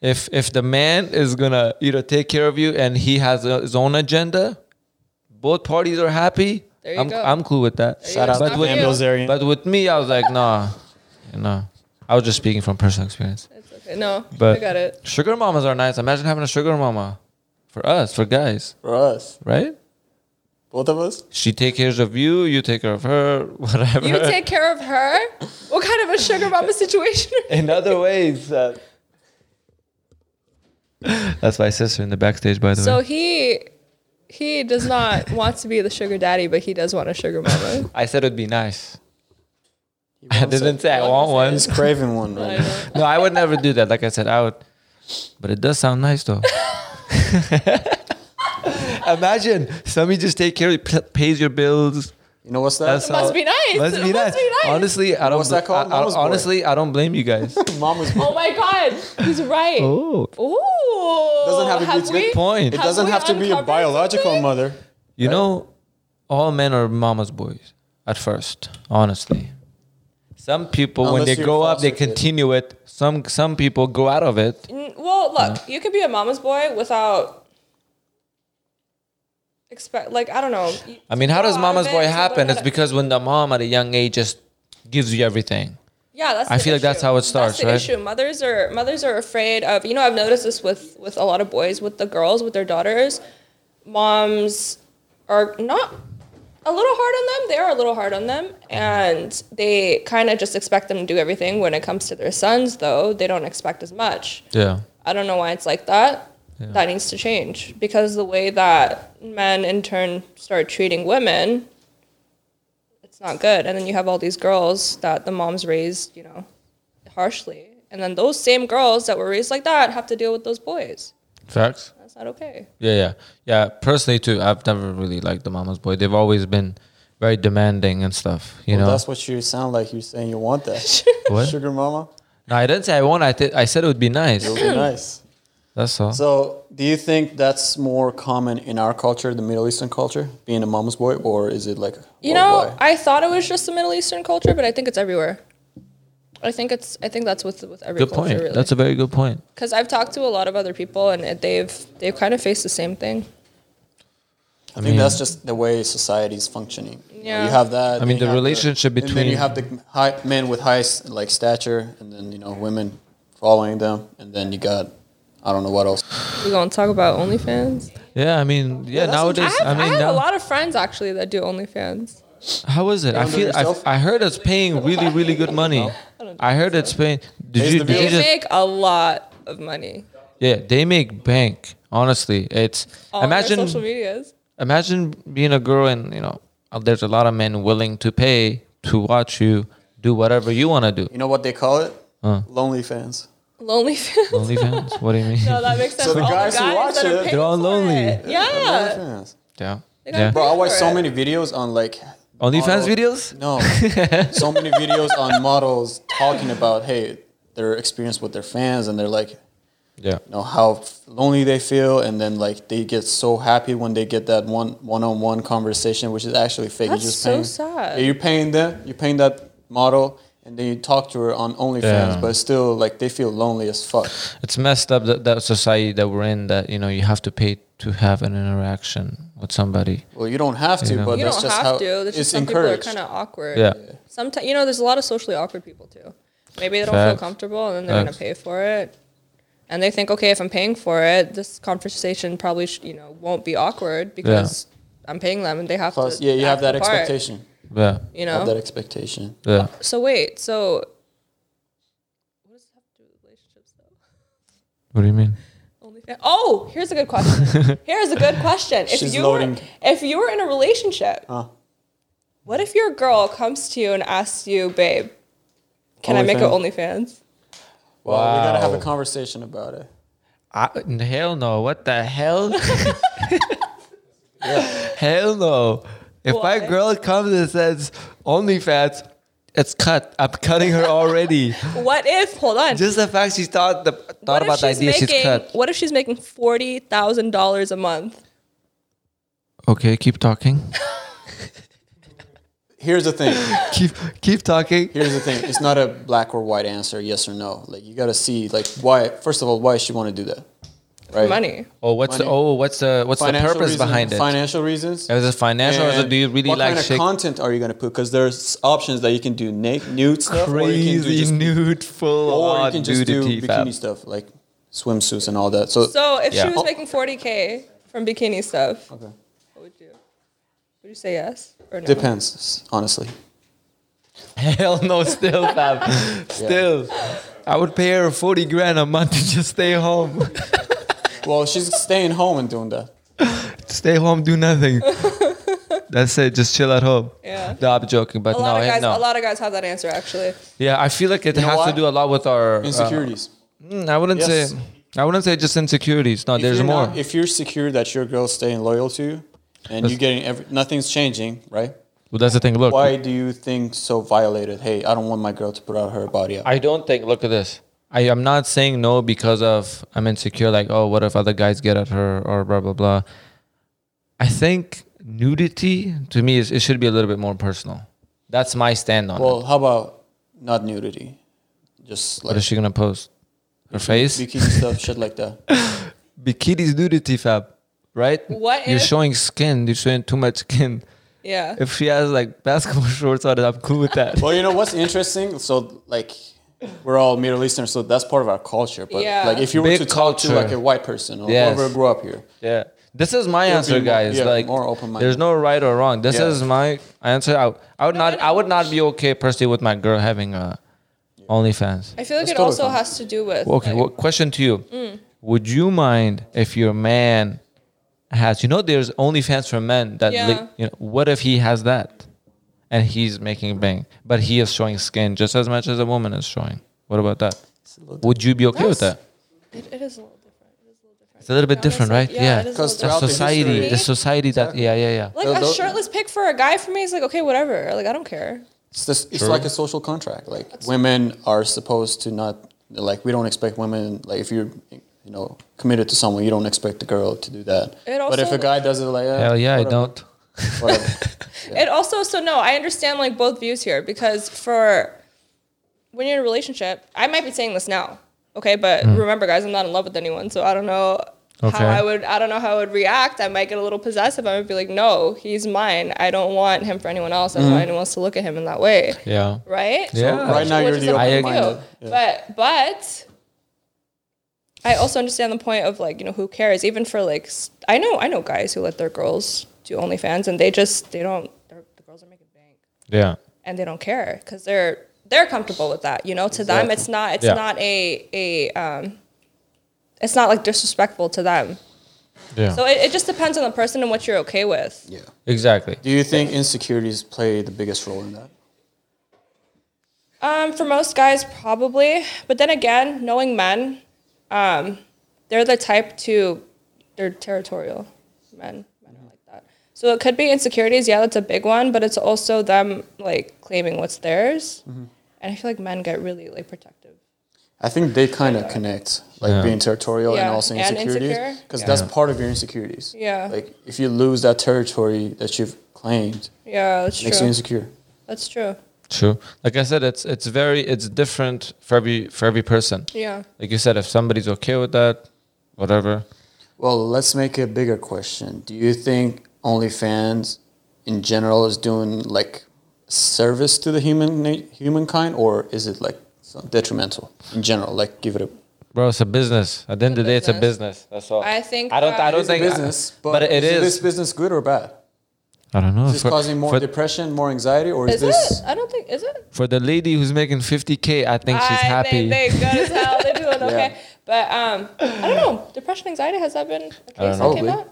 S2: If if the man is gonna you know take care of you and he has uh, his own agenda, both parties are happy.
S3: There you
S2: I'm
S3: go.
S2: I'm cool with that.
S3: Shout go. out
S2: but
S3: to
S2: with,
S3: Cam
S1: Bilzerian.
S2: But with me, I was like, nah, you know, I was just speaking from personal experience.
S3: It's okay. No,
S2: But
S3: I got it.
S2: Sugar mamas are nice. Imagine having a sugar mama for us, for guys,
S1: For us.
S2: right?
S1: Both of us?
S2: She take care of you, you take care of her, whatever.
S3: You take care of her. What kind of a sugar mama situation?
S2: in other ways. Uh, that's my sister in the backstage, by the way.
S3: so he he does not want to be the sugar daddy, but he does want a sugar mama.
S2: I said it'd be nice.
S1: He
S2: I
S1: wants
S2: didn't
S1: it.
S2: say I want one.
S1: He's craving one right now.
S2: No, I would never do that. Like I said, I would. But it does sound nice though. Imagine somebody just take care of you, p- pays your bills.
S1: You know what's that?
S2: That's
S3: Must
S2: how-
S3: be nice.
S2: Must be nice.
S3: It must be nice.
S2: Honestly, I don't.
S1: What's that
S2: bl- I-
S1: called?
S2: I don't-
S1: Mama's boy.
S2: honestly, I don't blame you guys.
S1: Mom was
S3: Oh my god, he's right.
S2: oh,
S3: Ooh.
S1: Doesn't have to be-
S3: Have
S1: it's a
S3: we-
S1: good
S2: point.
S1: It
S3: have
S1: doesn't
S3: we
S1: have to be a
S3: uncovered
S1: biological
S3: something?
S1: mother.
S2: you know, all men are mama's boys at first. Honestly, some people when
S1: Unless
S2: they
S1: you're
S2: grow up, they
S1: foster kid.
S2: continue it. Some some people grow out of it.
S3: Mm, Well, look, you could be a mama's boy without expect like I don't know. You-
S2: I mean, how
S3: grow
S2: does
S3: out of
S2: mama's
S3: it,
S2: boy
S3: you learn
S2: happen?
S3: how
S2: It's
S3: to-
S2: because when the mom at a young age just gives you everything.
S3: Yeah, that's.
S2: I
S3: the
S2: feel like that's
S3: issue.
S2: how it starts,
S3: That's the
S2: right?
S3: issue. Mothers are mothers are afraid of. You know, I've noticed this with with a lot of boys, with the girls, with their daughters. Moms are not a little hard on them. They are a little hard on them, and they kind of just expect them to do everything. When it comes to their sons, though, they don't expect as much.
S2: Yeah.
S3: I don't know why it's like that. That needs to change because the way that men in turn start treating women, it's not good. And then you have all these girls that the moms raised, you know, harshly. And then those same girls that were raised like that have to deal with those boys.
S2: Facts.
S3: That's not okay.
S2: Yeah, yeah, yeah. Personally, too, I've never really liked the mama's boy. They've always been very demanding and stuff. You
S1: Well,
S2: know.
S1: that's what you sound like. You're saying you want that.
S2: What?
S1: Sugar mama?
S2: No, I didn't say I want. I th- I said it would be nice.
S1: It would be nice.
S2: That's all.
S1: So, do you think that's more common in our culture, the Middle Eastern culture, being a mama's boy, or is it like
S2: Oh,
S3: You know,
S1: worldwide?
S3: I thought it was just the Middle Eastern culture, but I think it's everywhere. I think it's I think that's with with every
S2: good
S3: culture
S2: point.
S3: really.
S2: That's a very good point.
S3: Cuz I've talked to a lot of other people and it- they've they've kind of faced the same thing.
S1: I think that's just the way society is functioning. You know,
S3: Yeah.
S1: You have that.
S2: I mean,
S1: then you
S2: the
S1: have
S2: relationship
S1: and then you
S2: between-
S1: have the high, men with high s- like stature, and then you know women following them, and then you got I don't know what else.
S3: We going to talk about OnlyFans?
S2: Yeah, I mean, yeah.
S1: that's
S3: I
S2: nowadays,
S3: have,
S2: I,
S3: I
S2: mean,
S3: have
S2: now,
S3: a lot of friends actually that do OnlyFans.
S2: how is it? I
S1: under
S2: feel. I,
S1: yourself?
S2: I heard it's paying really, really good money. I heard it's paying. Did
S1: Pays
S2: you?
S1: the
S2: Did you
S3: They
S1: bills.
S2: just?
S3: make a lot of money
S2: Yeah, they make bank. Honestly, it's
S3: on
S2: imagine
S3: their social medias.
S2: imagine being a girl and you know uh, there's a lot of men willing to pay to watch you do whatever you want to do.
S1: You know what they call it? Lonely fans.
S3: Lonely fans.
S2: OnlyFans? what do you mean?
S3: No, that makes sense.
S1: the
S3: all
S1: guys
S3: the
S1: who
S3: guys
S1: watch
S3: that are
S1: it,
S3: paying
S2: they're all
S3: for
S2: lonely.
S3: it. Yeah.
S1: Lonely fans.
S2: Yeah.
S3: got
S2: Yeah.
S3: bro-
S1: Bro, I watched so
S3: For it.
S1: many videos on like
S2: OnlyFans
S1: model-
S2: videos?
S1: No, so many videos on models talking about hey their experience with their fans and they're like
S2: Yeah.
S1: you know how f- lonely they feel and then like they get so happy when they get that one one-on-one conversation which is actually fake
S3: That's
S1: you're just
S3: so
S1: paying,
S3: sad.
S1: yeah, you're paying them you're paying that model and then you talk to her on OnlyFans
S2: Yeah.
S1: but still like they feel lonely as fuck
S2: It's messed up that, that society that we're in that, you know, you have to pay to have an interaction with somebody.
S1: well you don't have to
S2: Yeah.
S1: but
S3: You
S1: that's
S3: don't
S1: just
S3: have
S1: how
S3: to. There's
S1: it's
S3: just some people are
S1: encouraged
S3: kind of awkward.
S2: Yeah.
S3: Sometimes you know, there's a lot of socially awkward people too. Maybe they don't feel
S2: Facts.
S3: comfortable, and then they're
S2: Facts.
S3: gonna pay for it. And they think, okay, if I'm paying for it, this conversation probably sh- you know won't be awkward because I'm paying them, and they have
S1: plus
S3: to.
S1: yeah you have
S3: act
S1: that
S3: the part,
S1: expectation
S2: Yeah.
S1: you
S3: You
S1: have that
S3: know.
S1: expectation
S2: Yeah.
S3: So wait, so what does it have to do with relationships though?
S2: What do you mean?
S3: OnlyFans. Oh, here's a good question. here's a good question. If
S1: She's
S3: you
S1: loading.
S3: were if you were in a relationship,
S1: Huh.
S3: what if your girl comes to you and asks you, babe, can I make an OnlyFans?
S1: well we gotta have
S2: Wow.
S1: a conversation about it
S2: I, hell no. What the hell? Hell no. If my
S3: Why?
S2: girl comes and says OnlyFans, it's cut. I'm cutting her already.
S3: What if hold on.
S2: Just the fact she thought the
S3: what
S2: thought
S3: if
S2: about the
S3: she's
S2: idea, she's
S3: making-
S2: cut.
S3: What if she's making forty thousand dollars a month?
S2: Okay, keep talking.
S1: here's the thing
S2: keep keep talking.
S1: here's the thing it's not a black or white answer yes or no like you gotta see like why first of all why she want to do that right
S3: Money.
S2: Oh, what's the
S1: Money.
S2: oh, what's the what's the purpose
S1: reason-
S2: behind it?
S1: financial reasons
S2: Is it financial, or is it
S1: And
S2: do you really
S1: what
S2: like
S1: kind
S2: shake-
S1: of content are you gonna put because there's options that you can do naked nude stuff or you can do just,
S2: nude full
S1: or you
S2: on
S1: can just do
S2: nudity
S1: bikini
S2: fab.
S1: stuff like swimsuits and all that so,
S3: So if
S2: Yeah.
S3: she
S2: Oh.
S3: was making forty K from bikini stuff,
S1: okay.
S3: what would you do? Would you say yes or no?
S1: depends honestly
S2: Hell no, still fab, still. I would pay her forty grand a month to just stay home,
S1: well she's staying home and doing that
S2: Uh-huh. stay home, do nothing. That's it. Just chill at home.
S3: Yeah.
S2: No, I'm joking, but
S3: A lot
S2: no,
S3: of
S2: hell
S3: guys
S2: no.
S3: a lot of guys have that answer actually.
S2: yeah, I feel like it
S1: know
S2: has
S1: why?
S2: to do a lot with our uh,
S1: insecurities
S2: mm, I wouldn't
S1: Yes.
S2: say. I wouldn't say just insecurities. No,
S1: If
S2: there's
S1: you're
S2: more.
S1: not- if you're secure that your girl's staying loyal to you and you're getting every, nothing's changing right
S2: well, that's the thing. Look,
S1: why do you think so violated? Hey, I don't want my girl to put out her body out.
S2: I don't think. Look at this. I am not saying no because of I'm insecure. Like, oh, what if other guys get at her or blah blah blah. I think nudity to me is it should be a little bit more personal. That's my stand on it.
S1: well, how about not nudity? Just
S2: What
S1: like
S2: is she gonna post? Her face,
S1: bikini stuff, shit like that.
S2: bikini's nudity fab, right?
S3: What
S2: You're
S3: if-
S2: showing skin. You're showing too much skin.
S3: Yeah.
S2: If she has like basketball shorts on, I'm cool with that.
S1: Well, you know what's interesting? So like we're all Middle Eastern, so that's part of our culture. But
S3: Yeah.
S1: like if you were
S2: Big
S1: to talk to like
S2: culture.
S1: a white person or
S2: Yes.
S1: whoever grew up here,
S2: Yeah. This is my
S1: It'll be
S2: answer,
S1: more-
S2: guys.
S1: yeah,
S2: like,
S1: more open-minded.
S2: there's no right or wrong. This
S1: Yeah.
S2: is my answer. I, I would not. I would not be okay personally with my girl having a OnlyFans.
S3: I feel like
S1: That's
S3: it also
S1: totally fine.
S3: has to do with
S2: Okay.
S3: like,
S2: well, question to you:
S3: Mm.
S2: Would you mind if your man has? You know, there's OnlyFans for men that.
S3: Yeah.
S2: li- you know, what if he has that, and he's making bang, but he is showing skin just as much as a woman is showing? What about that? Would you be okay with
S3: That's-
S2: that?
S3: It, it is a little different. It is a little different.
S2: It's a little bit
S3: Yeah,
S2: different, right?
S3: that's like- yeah, it is a
S2: the
S1: Because
S3: little
S1: throughout the
S2: society, the
S3: history-
S2: society that. Yeah, yeah, yeah.
S3: Like
S1: Tho-
S3: a
S1: tho-
S3: shirtless pic for a guy for me is like, okay, whatever. Like I don't care.
S1: it's just, it's like a social contract. Like women are supposed to not like we don't expect women like if you're you know committed to someone, you don't expect the girl to do that.
S3: It
S1: but if
S3: also-
S1: a guy does it, like eh,
S2: Hell yeah, I
S1: whatever,
S2: don't.
S1: Whatever.
S3: It also so no, I understand like both views here because for when you're in a relationship, I might be saying this now. Okay, but remember guys, I'm not in love with anyone, so I don't know
S2: Okay.
S3: how I would I don't know how I would react. I might get a little possessive. I would be like, "No, he's mine. I don't want him for anyone else. I don't want anyone else to look at him in that way."
S2: Yeah.
S3: Right?
S2: Yeah.
S1: right now
S3: which
S1: you're
S3: is
S1: the
S3: up
S2: I
S3: to
S1: open
S3: you.
S1: minded.
S3: But but I also understand the point of like you know who cares. Even for like s- I know I know guys who let their girls do OnlyFans and they just they don't their- the girls are making bank
S2: Yeah.
S3: and they don't care because they're they're comfortable with that. You know, to them it's not it's
S2: Yeah.
S3: not a a um, it's not like disrespectful to them.
S2: Yeah.
S3: So it, it just depends on the person and what you're okay with.
S1: Yeah.
S2: exactly.
S1: Do you think insecurities play the biggest role in that?
S3: Um, for most guys, probably. But then again, knowing men, um, they're the type to, they're territorial men. Men are like that. So it could be insecurities. Yeah, that's a big one. But it's also them like claiming what's theirs.
S1: Mm-hmm.
S3: And I feel like men get really like protective.
S1: I think they kind of connect, like
S2: Yeah.
S1: being territorial and
S3: Yeah,
S1: also
S3: and
S1: insecurities,
S3: insecure.
S1: because
S3: Yeah.
S1: that's part of your insecurities.
S3: Yeah.
S1: Like if you lose that territory that you've claimed,
S3: Yeah, that's
S1: it makes you
S3: true.
S1: insecure.
S3: That's true.
S2: True. Like I said, it's it's very it's different for every for every person.
S3: Yeah.
S2: Like you said, if somebody's okay with that, whatever.
S1: Well, let's make a bigger question. Do you think OnlyFans, in general, is doing like service to the human na- humankind, or is it like so detrimental in general? Like, give it a
S2: Bro, it's a business. At the end of the day, it's a business. That's all.
S3: I think
S2: I don't.
S3: that-
S2: I don't
S1: uh, It's a
S2: think
S1: business, but,
S2: uh, it
S1: is,
S2: is.
S1: this business good or bad?
S2: I don't know.
S1: Is this
S2: for,
S1: causing more
S2: for,
S1: depression, more anxiety, or is,
S3: Is
S1: this?
S3: it? I don't think is it.
S2: for the lady who's making 50k, I think she's
S3: I
S2: happy.
S3: think they good as hell. They're doing okay.
S1: Yeah.
S3: But um, I don't know. Depression, anxiety has that been a case that came
S1: Probably.
S3: out?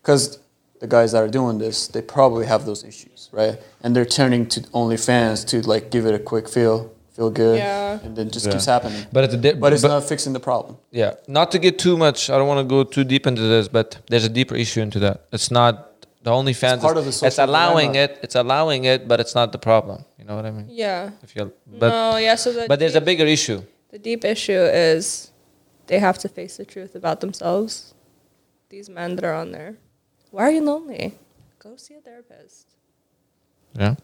S1: Because the guys that are doing this, they probably have those issues, right? And they're turning to OnlyFans to like give it a quick feel, feel good,
S3: Yeah.
S1: and then just
S2: Yeah.
S1: keeps happening.
S2: but it's a di-
S1: But it's
S2: but-
S1: not fixing the problem.
S2: Yeah, not to get too much. I don't want to go too deep into this, but there's a deeper issue into that. It's not the only fans.
S1: part of the
S2: It's
S1: social
S2: allowing
S1: dilemma.
S2: it. It's allowing it, but it's not the problem. You know what I mean?
S3: Yeah.
S2: If you, but
S3: no, yeah. So the
S2: but there's a
S3: deep-
S2: bigger issue.
S3: the deep issue is they have to face the truth about themselves. These men that are on there, why are you lonely? Go see a therapist.
S2: Yeah.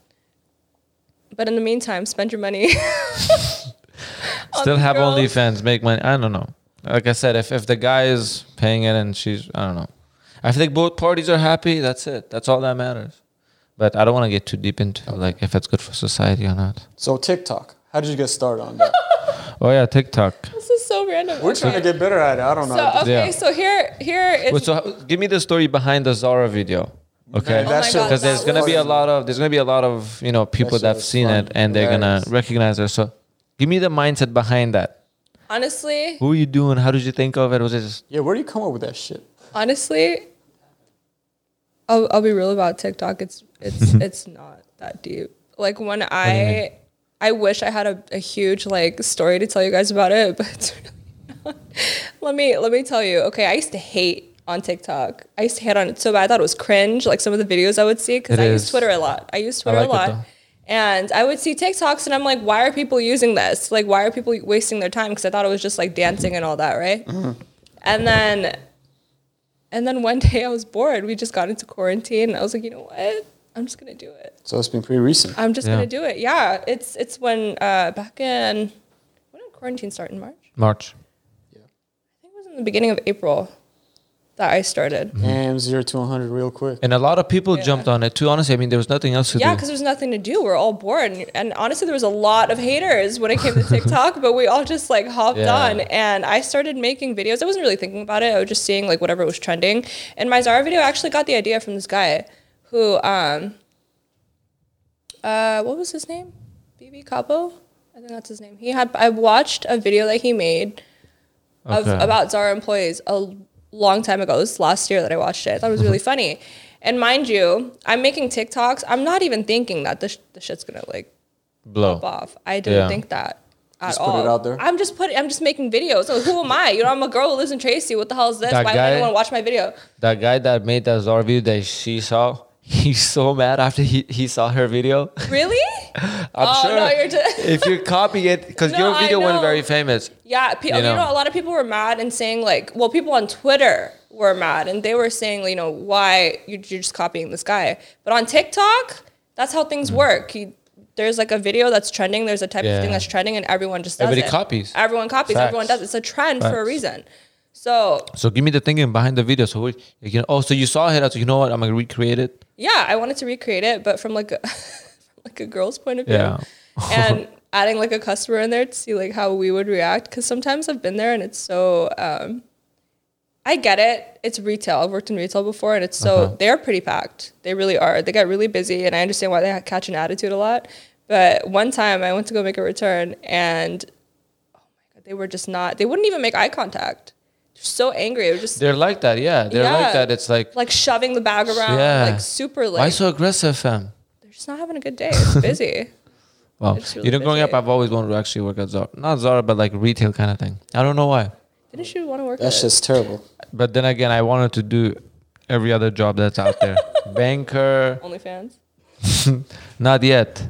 S3: But in the meantime, spend your money. on
S2: Still
S3: these
S2: have
S3: girls.
S2: OnlyFans, make money. I don't know. Like I said, if if the guy is paying it and she's, I don't know. I think both parties are happy. That's it. That's all that matters. But I don't want to get too deep into like if it's good for society or not.
S1: So TikTok, how did you get started on that?
S2: Oh yeah, TikTok.
S3: This is so random.
S1: We're trying to get better at it. I don't know.
S3: So okay,
S2: Yeah.
S3: so here here is
S2: Well, so how- give me the story behind the Zara video, okay?
S1: Man, that
S3: Oh my
S1: shit
S3: God,
S2: Because there's
S3: that
S2: gonna be a
S1: was-
S2: lot of there's gonna be a lot of you know people
S1: That shit
S2: that've
S1: was
S2: seen
S1: fun.
S2: it and they're gonna
S1: Hilarious.
S2: recognize her. So, give me the mindset behind that.
S3: honestly
S2: Who were you doing? How did you think of it? Was it just
S1: Yeah, where do you come up with that shit?
S3: honestly I'll, I'll be real about tiktok it's it's it's not that deep like when i i wish i had a, a huge like story to tell you guys about it but it's really not. let me let me tell you okay i used to hate on tiktok i used to hate on it so bad i thought it was cringe like some of the videos i would see because
S2: It
S3: i
S2: is.
S3: use twitter a lot i use twitter
S2: like it,
S3: a lot
S2: though.
S3: and I would see TikToks and I'm like, why are people using this? Like, why are people wasting their time? Because I thought it was just like dancing and all that, right?
S2: Mm-hmm.
S3: And then, and then one day I was bored. We just got into quarantine. I was like, you know what? I'm just gonna do it.
S1: So it's been pretty recent.
S3: I'm just
S2: Yeah.
S3: gonna do it. Yeah, it's it's when uh, back in when did quarantine start in March? I
S2: March?
S3: think it was in the beginning of April that I started.
S1: Damn, zero to 100 real quick.
S2: And a lot of people
S3: Yeah.
S2: jumped on it too. Honestly, I mean, there was nothing else to
S3: Yeah,
S2: do.
S3: because there's nothing to do. We're all bored, and, and honestly, there was a lot of haters when it came to TikTok. but we all just like hopped
S2: Yeah.
S3: on, and I started making videos. I wasn't really thinking about it. I was just seeing like whatever was trending. And my Zara video I actually got the idea from this guy, who um, uh, what was his name? BB Capo, I think that's his name. He had I watched a video that he made of
S2: Okay.
S3: about Zara employees a l- long time ago. This was last year that I watched it. I thought it was really funny. And mind you, I'm making TikToks. I'm not even thinking that this the shit's gonna like pop
S2: Blow.
S3: off. I didn't
S2: Yeah.
S3: think that at
S1: Just put
S3: all.
S1: it out there.
S3: I'm just putting. I'm just making videos. So who am I? You know, I'm a girl who lives in Tracy. What the hell is this?
S2: That
S3: Why
S2: guy-
S3: would anyone watch my video?
S2: That guy that made that Zara video that she saw, he's so mad after he, he saw her video.
S3: Really?
S2: I'm
S3: Oh,
S2: sure
S3: no, you're just-
S2: if you copy it, because
S3: No,
S2: your
S3: I
S2: video went
S3: know.
S2: very famous.
S3: Yeah, pe-
S2: You
S3: you, know.
S2: know.
S3: a lot of people were mad and saying like, well, people on Twitter were mad and they were saying, you know, why you- you're just copying this guy. But on TikTok, that's how things work. You, there's like a video that's trending. There's a type of
S2: Hmm. Yeah.
S3: thing that's trending, and everyone just does
S2: Everybody
S3: it.
S2: copies.
S3: Everyone copies.
S2: Facts.
S3: Everyone does. it. It's a trend for a
S2: Facts.
S3: reason. So
S2: So give me the thinking behind the video. So we, you know, oh, so you saw it. I was like, you know what? I'm gonna recreate it.
S3: yeah, I wanted to recreate it, but from like a, from like a girl's point of view,
S2: Yeah.
S3: and adding like a customer in there to see like how we would react. Because sometimes I've been there and it's so. Um, I get it. It's retail. I've worked in retail before, and it's so
S2: Uh-huh.
S3: they're pretty packed. They really are. They get really busy, and I understand why they ha- catch an attitude a lot. But one time, I went to go make a return, and oh my god, they were just not. They wouldn't even make eye contact. They're so angry. It was just
S2: They're like that, yeah. They're like
S3: Yeah.
S2: that. It's like,
S3: like shoving the bag around,
S2: yeah.
S3: like super. Like
S2: why so aggressive, fam?
S3: they're just not having a good day. It's busy.
S2: Wow.
S3: It's really
S2: you know, growing up,
S3: busy.
S2: I've always wanted to actually work at Zara. Not Zara, but like retail kind of thing. I don't know why.
S3: Didn't you want to work?
S1: That's
S3: at-
S1: just terrible.
S2: But then again, I wanted to do every other job that's out there. Banker,
S3: OnlyFans.
S2: not yet.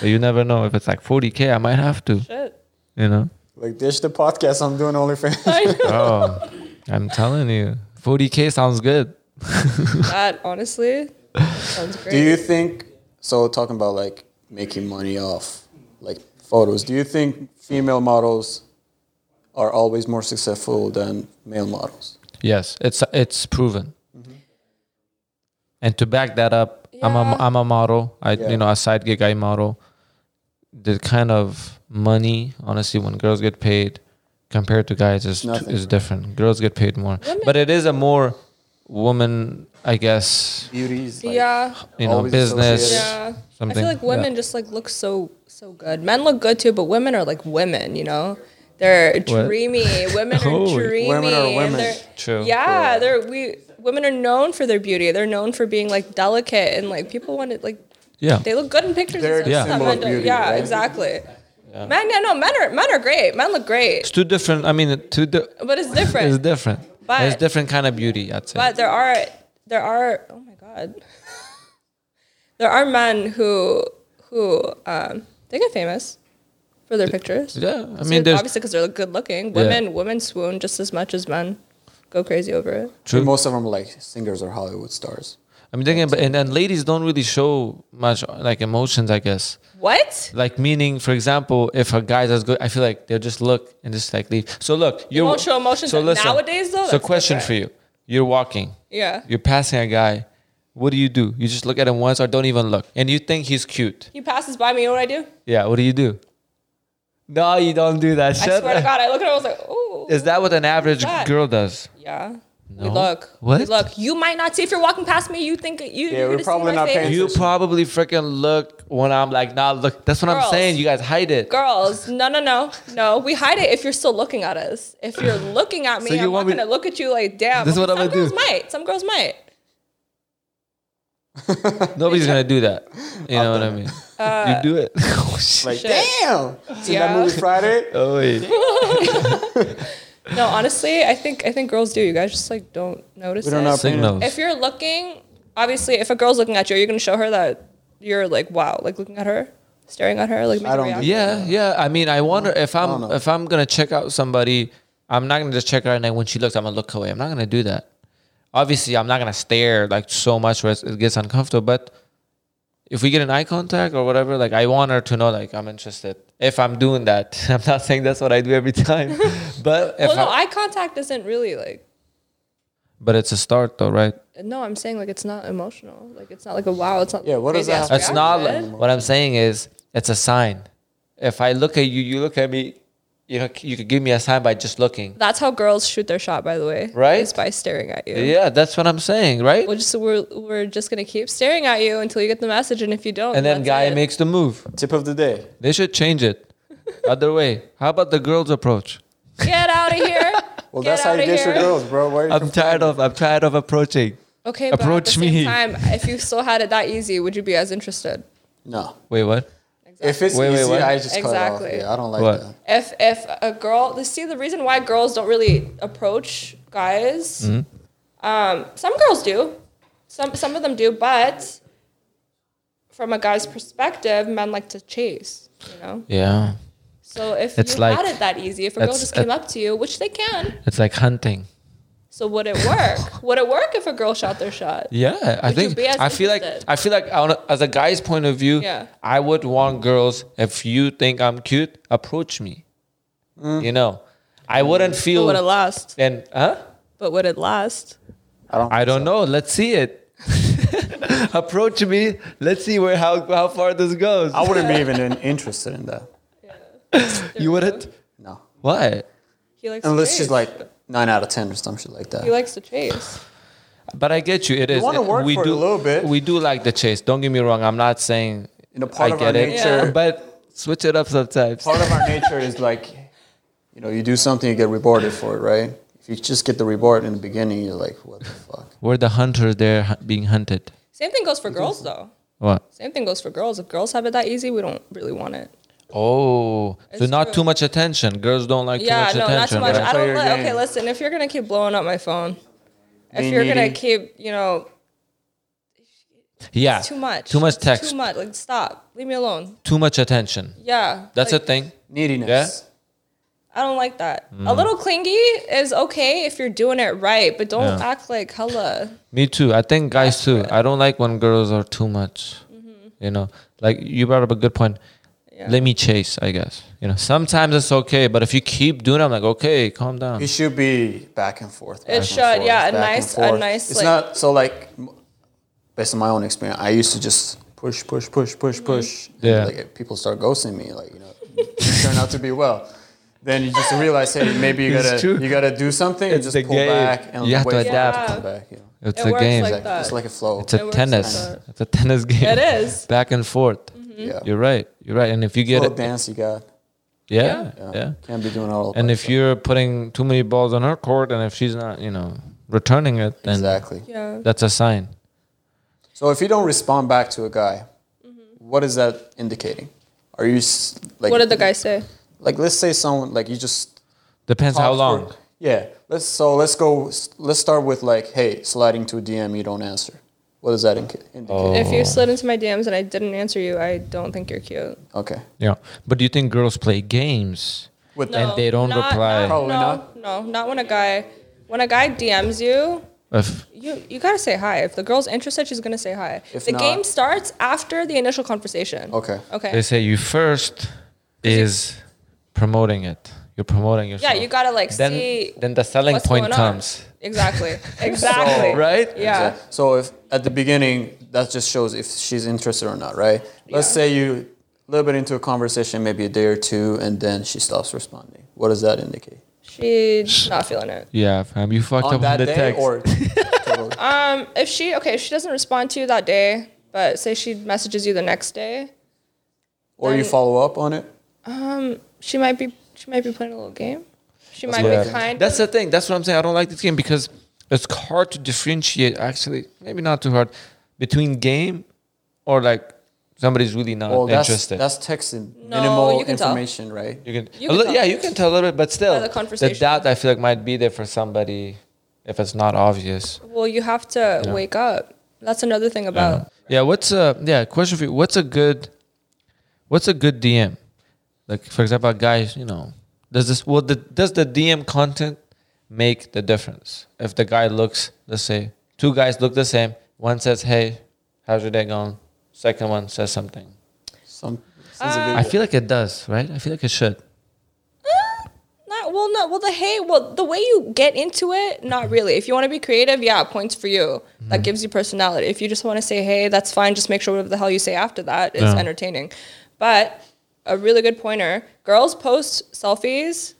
S2: But you never know. If it's like 40K, I might have to,
S3: Shit.
S2: you know?
S1: Like ditch the podcast. I'm doing OnlyFans.
S3: I know
S2: Oh, I'm telling you. 40K sounds good.
S3: that honestly sounds great.
S1: do you think? So talking about like making money off like photos. Do you think female models are always more successful than male models?
S2: Yes, it's it's proven.
S1: Mm-hmm.
S2: And to back that up, I'm
S3: Yeah.
S2: a I'm a model. I
S1: Yeah.
S2: you know a side gig I model. The kind of money, honestly, when girls get paid compared to guys is
S1: Nothing,
S2: is
S1: right?
S2: different. Girls get paid more, but it is a more woman, I guess,
S1: Beauties.
S3: yeah.
S2: you know,
S1: Always
S2: business.
S1: associated.
S3: Yeah. I
S2: Something.
S3: feel like women just like look so so good. Men look good too, but women are like women, you know? They're
S2: What?
S3: dreamy. Women
S2: Oh,
S3: are dreamy.
S1: women are
S3: and
S1: women.
S3: they're-
S2: True.
S3: Yeah, they're we women are known for their beauty. They're known for being like delicate and like people want to like
S2: Yeah.
S3: they look good in pictures.
S1: They're
S3: and
S1: the
S3: stuff.
S1: symbol of
S3: Men don't-
S1: beauty,
S3: yeah,
S1: right?
S3: exactly. Men, yeah, no, men are men are great. Men look great,
S2: it's two different. I mean, two di-
S3: but it's
S2: It's
S3: different.
S2: different.
S3: But-
S2: it's different kind of beauty. I'd say.
S3: But there are there are oh my god, there are men who who um, they get famous for their pictures.
S2: yeah, I
S3: So
S2: mean, there's
S3: obviously because they're good looking. Women women swoon just as much as men go crazy over it.
S1: And
S2: true.
S1: most of them are like singers or Hollywood stars.
S2: I'm thinking, but and, and ladies don't really show much like emotions, I guess.
S3: What?
S2: Like meaning, for example, if a guy's as good, I feel like they'll just look and just like leave. So look, you
S3: won't show emotions nowadays, though?
S2: So
S3: That's
S2: question for you: You're walking,
S3: Yeah.
S2: you're passing a guy. What do you do? You just look at him once, or don't even look, and you think he's cute.
S3: He passes by me. You know what I do?
S2: Yeah. What do you do? No, you don't do that.
S3: I
S2: Shut
S3: swear to
S2: up.
S3: God, I look at her. I was like, oh.
S2: Is that what an average
S3: that?
S2: girl does?
S3: Yeah. We
S2: No?
S3: look. We
S2: What?
S3: look. You might not see if you're walking past me. You think you.
S1: Yeah,
S3: you're
S1: we're
S3: gonna see
S1: probably
S3: my
S1: not
S3: face.
S1: paying-
S2: You
S1: Answers.
S2: probably freaking look when I'm like, nah, look. That's what I'm
S3: Girls.
S2: saying. You guys hide it.
S3: Girls, no, no, no, no. We hide it if you're still looking at us. If you're looking at me,
S2: So you
S3: I'm not
S2: want me-
S3: gonna look at you like, damn.
S2: This is what I'm
S3: Some
S2: gonna do.
S3: girls might. Some girls might.
S2: Nobody's gonna do that. You know what I mean?
S3: Uh,
S2: you do it. oh, shit.
S1: Like,
S3: Shit.
S1: damn. Seen
S3: Yeah.
S1: that movie Friday?
S2: Oh, wait.
S3: No, honestly, I think I think girls do. You guys just like don't notice.
S1: We don't
S3: it.
S1: know.
S2: Signals.
S3: If you're looking, obviously, if a girl's looking at you, you're gonna show her that you're like, wow, like looking at her, staring at her, like. make
S1: I
S3: her
S1: don't
S3: react.
S1: do
S2: yeah, yeah. I mean, I wonder if I'm
S1: no.
S2: if I'm gonna check out somebody, I'm not gonna just check her out and then when she looks, I'm gonna look away. I'm not gonna do that. Obviously, I'm not gonna stare like so much where it's- it gets uncomfortable. But if we get an eye contact or whatever, like I want her to know like I'm interested. If I'm doing that, I'm not saying that's what I do every time. but if
S3: Well, no,
S2: I,
S3: eye contact isn't really like.
S2: but it's a start though, right?
S3: No, I'm saying like it's not emotional. Like it's not like a wow. It's not.
S1: Yeah, what does that
S3: crazy-ass
S1: have
S2: It's
S1: Yeah,
S2: not.
S3: reaction.
S2: What I'm saying is, it's a sign. If I look at you, you look at me. You know, you could give me a sign by just looking.
S3: That's how girls shoot their shot, by the way.
S2: Right?
S3: Is by staring at you.
S2: Yeah, that's what I'm saying, right?
S3: We're just we're, we're just gonna keep staring at you until you get the message, and if you don't,
S2: And then
S3: that's
S2: guy
S3: it.
S2: makes the move.
S1: Tip of the day.
S2: They should change it. Other way. How about the girls' approach?
S3: get out of here.
S1: Well,
S3: Get
S1: that's how
S3: outta
S1: you get your
S3: here.
S1: girls, bro. Why you
S2: I'm tired of. I'm tired of approaching.
S3: Okay,
S2: Approach
S3: but at the
S2: me.
S3: same time, if you still had it that easy, would you be as interested?
S1: no.
S2: Wait, what?
S1: If it's
S2: Wait, wait,
S1: easy,
S2: what?
S1: I just cut it
S3: Exactly.
S1: off. Yeah, I don't like
S2: What?
S1: that.
S3: If if a girl, see the reason why girls don't really approach guys.
S2: Mm-hmm.
S3: Um, some girls do, some some of them do, but from a guy's perspective, men like to chase. You know,
S2: Yeah,
S3: so if
S2: It's
S3: you had
S2: like-
S3: it that easy, if a girl
S2: it's-
S3: just came up to you, which they can,
S2: it's like hunting.
S3: so would it work? would it work if a girl shot their shot?
S2: Yeah, I
S3: Would you
S2: think
S3: be as
S2: I feel like
S3: interested?
S2: I feel like on a, as a guy's point of view,
S3: Yeah.
S2: I would want girls if you think I'm cute, approach me. You know, I wouldn't
S3: But
S2: feel
S3: would it last?
S2: and huh?
S3: But would it last?
S1: I don't.
S2: I don't know. Let's see it. approach me. Let's see where how how far this goes.
S1: I wouldn't be even in- interested in that.
S2: you wouldn't.
S1: No,
S2: Why?
S3: He likes
S1: unless
S3: to
S1: she's
S3: chase.
S1: like nine out of ten or some shit like
S3: he
S1: that.
S3: likes to chase.
S2: But I get you. It is.
S1: wanna
S2: it-
S1: work for it a little bit.
S2: We do like the chase. Don't get me wrong. I'm not saying
S1: You know, part
S2: I
S1: of
S2: get
S1: our
S2: it,
S1: nature- Yeah.
S2: but switch it up sometimes.
S1: Part of our nature is like, you know, you do something, you get rewarded for it, right? If you just get the reward in the beginning, you're like, what the fuck?
S2: We're the hunters there hu- being hunted.
S3: Same thing goes for girls though.
S2: What?
S3: Same thing goes for girls. If girls have it that easy, we don't really want it.
S2: Oh, so
S3: It's
S2: not
S3: true.
S2: too much attention. Girls don't like
S3: yeah,
S2: too much
S3: no, not
S2: attention.
S3: too much.
S2: right?
S3: I
S4: Play
S3: don't.
S4: your
S3: Li- okay,
S4: game.
S3: listen. If you're gonna keep blowing up my phone, if
S4: Being
S3: you're gonna
S4: needy.
S3: keep, you know,
S2: yeah,
S3: it's too much,
S2: too much
S3: It's
S2: text,
S3: too
S2: too,
S3: much. Like, stop. Leave me alone.
S2: much attention.
S3: Yeah,
S2: That's
S3: like,
S2: a thing.
S1: Neediness.
S3: I don't like that.
S2: Mm.
S3: A little clingy is okay if you're doing it right, but don't
S2: Yeah.
S3: act like hella.
S2: Me too. I think guys too. I don't like when girls are too much. You know, like you brought up a good point.
S3: Mm-hmm. Yeah.
S2: Let me chase, I guess. You know, sometimes it's okay, but if you keep doing, it, I'm like, okay, calm down.
S1: It should be back and forth. back and
S3: should, yeah, a
S1: back and
S3: nice- a
S1: forth.
S3: nice,
S1: It's
S3: like-
S1: not so like, m- based on my own experience, I used to just push, push, push, push,
S3: Mm-hmm.
S1: push. And,
S2: Yeah.
S1: Like if people start ghosting me, like you know, it turned out to be well. Then you just realize, hey, maybe you
S2: It's
S1: gotta
S2: true.
S1: you gotta do something and
S2: It's
S1: just
S2: the
S1: pull
S2: game.
S1: back and
S2: You have
S1: wait
S2: to
S1: for it
S3: adapt.
S1: to come back. You know?
S2: It's
S3: It
S2: a
S3: works
S2: game.
S3: like
S1: Exactly.
S3: that.
S1: It's like a flow.
S2: it's a
S3: works like
S2: tennis.
S3: that.
S2: it's a tennis game.
S3: It is. Mm-hmm.
S2: back and forth.
S1: yeah.
S2: You're right. You're right. And if you get
S1: little
S2: it,
S1: dance you got.
S2: yeah,
S1: Yeah.
S2: yeah.
S1: Can't be doing it all.
S2: And
S1: by
S2: if
S1: yourself.
S2: you're putting too many balls on her court, and if she's not, you know, returning it, then
S1: exactly.
S3: Yeah.
S2: that's a sign.
S1: So if you don't respond back to a guy, what is that indicating? Are you s- like
S3: Mm-hmm. what did the guy say?
S1: like let's say someone like you just
S2: Depends how
S1: talked for-
S2: long.
S1: yeah let's so let's go s- let's start with like hey sliding to a dm you don't answer what does that inca- indicate
S3: If
S2: Oh.
S3: you slid into my DMs and I didn't answer you, I don't think you're cute.
S2: Oh.
S1: okay
S2: Yeah. But do you think girls play games?
S1: with
S2: And
S1: that
S2: they don't reply.
S3: Not,
S1: Probably
S3: no,
S1: not.
S3: No, not when a guy when a guy DMs you,
S2: If,
S3: you you gotta say hi. If the girl's interested, she's gonna say hi.
S1: If
S3: the
S1: not-
S3: game starts after the initial conversation.
S1: okay
S3: Okay.
S2: they say you first is promoting it. You're promoting yourself.
S3: yeah, you gotta like
S2: then,
S3: see
S2: Then the selling
S3: what's
S2: point
S3: going on.
S2: comes.
S3: Exactly. Exactly.
S2: Right?
S3: Yeah.
S1: Exact- so if at the beginning that just shows if she's interested or not right let's
S3: Yeah.
S1: say you a little bit into a conversation maybe a day or two and then she stops responding what does that indicate
S3: She's not feeling it.
S2: Yeah, fam. You fucked
S1: on
S2: up on
S1: that
S2: the
S1: day
S2: text.
S1: or
S3: Um, if she okay, if she doesn't respond to you that day, but say she messages you the next day,
S1: or you
S3: Then-
S1: follow up on it
S3: um, she might be she might be playing a little game. She might
S2: Yeah.
S3: be kind.
S2: That's the thing. That's what I'm saying. I don't like this game because it's hard to differentiate. Actually, maybe not too hard between game or like somebody's really not
S1: well that's
S2: interested.
S1: that's texting
S3: No,
S1: minimal
S3: you can tell.
S1: information right
S2: you can,
S3: you
S2: a
S3: can
S2: li-
S3: tell.
S2: yeah, you can tell a little bit, but still,
S3: the
S2: the
S3: conversation.
S2: doubt I feel like might be there for somebody if it's not obvious.
S3: well, you have to wake up. That's another thing about
S2: Yeah, what's a yeah question for you? What's a good, what's a good DM? Like for example, a guy, you know, does this well the, does the DM content make the difference? If the guy looks, let's say, two guys look the same, one says, "Hey, how's your day going?" Second one says something.
S1: Some, sends a
S3: Uh,
S2: I
S1: video.
S2: feel like it does, right? I feel like it should.
S3: not well, not well. The hey, well, the way you get into it, not really. If you want to be creative, yeah, points for you.
S2: Mm-hmm.
S3: That gives you personality. If you just want to say hey, that's fine. Just make sure whatever the hell you say after that is
S2: Yeah.
S3: entertaining. But a really good pointer: girls post selfies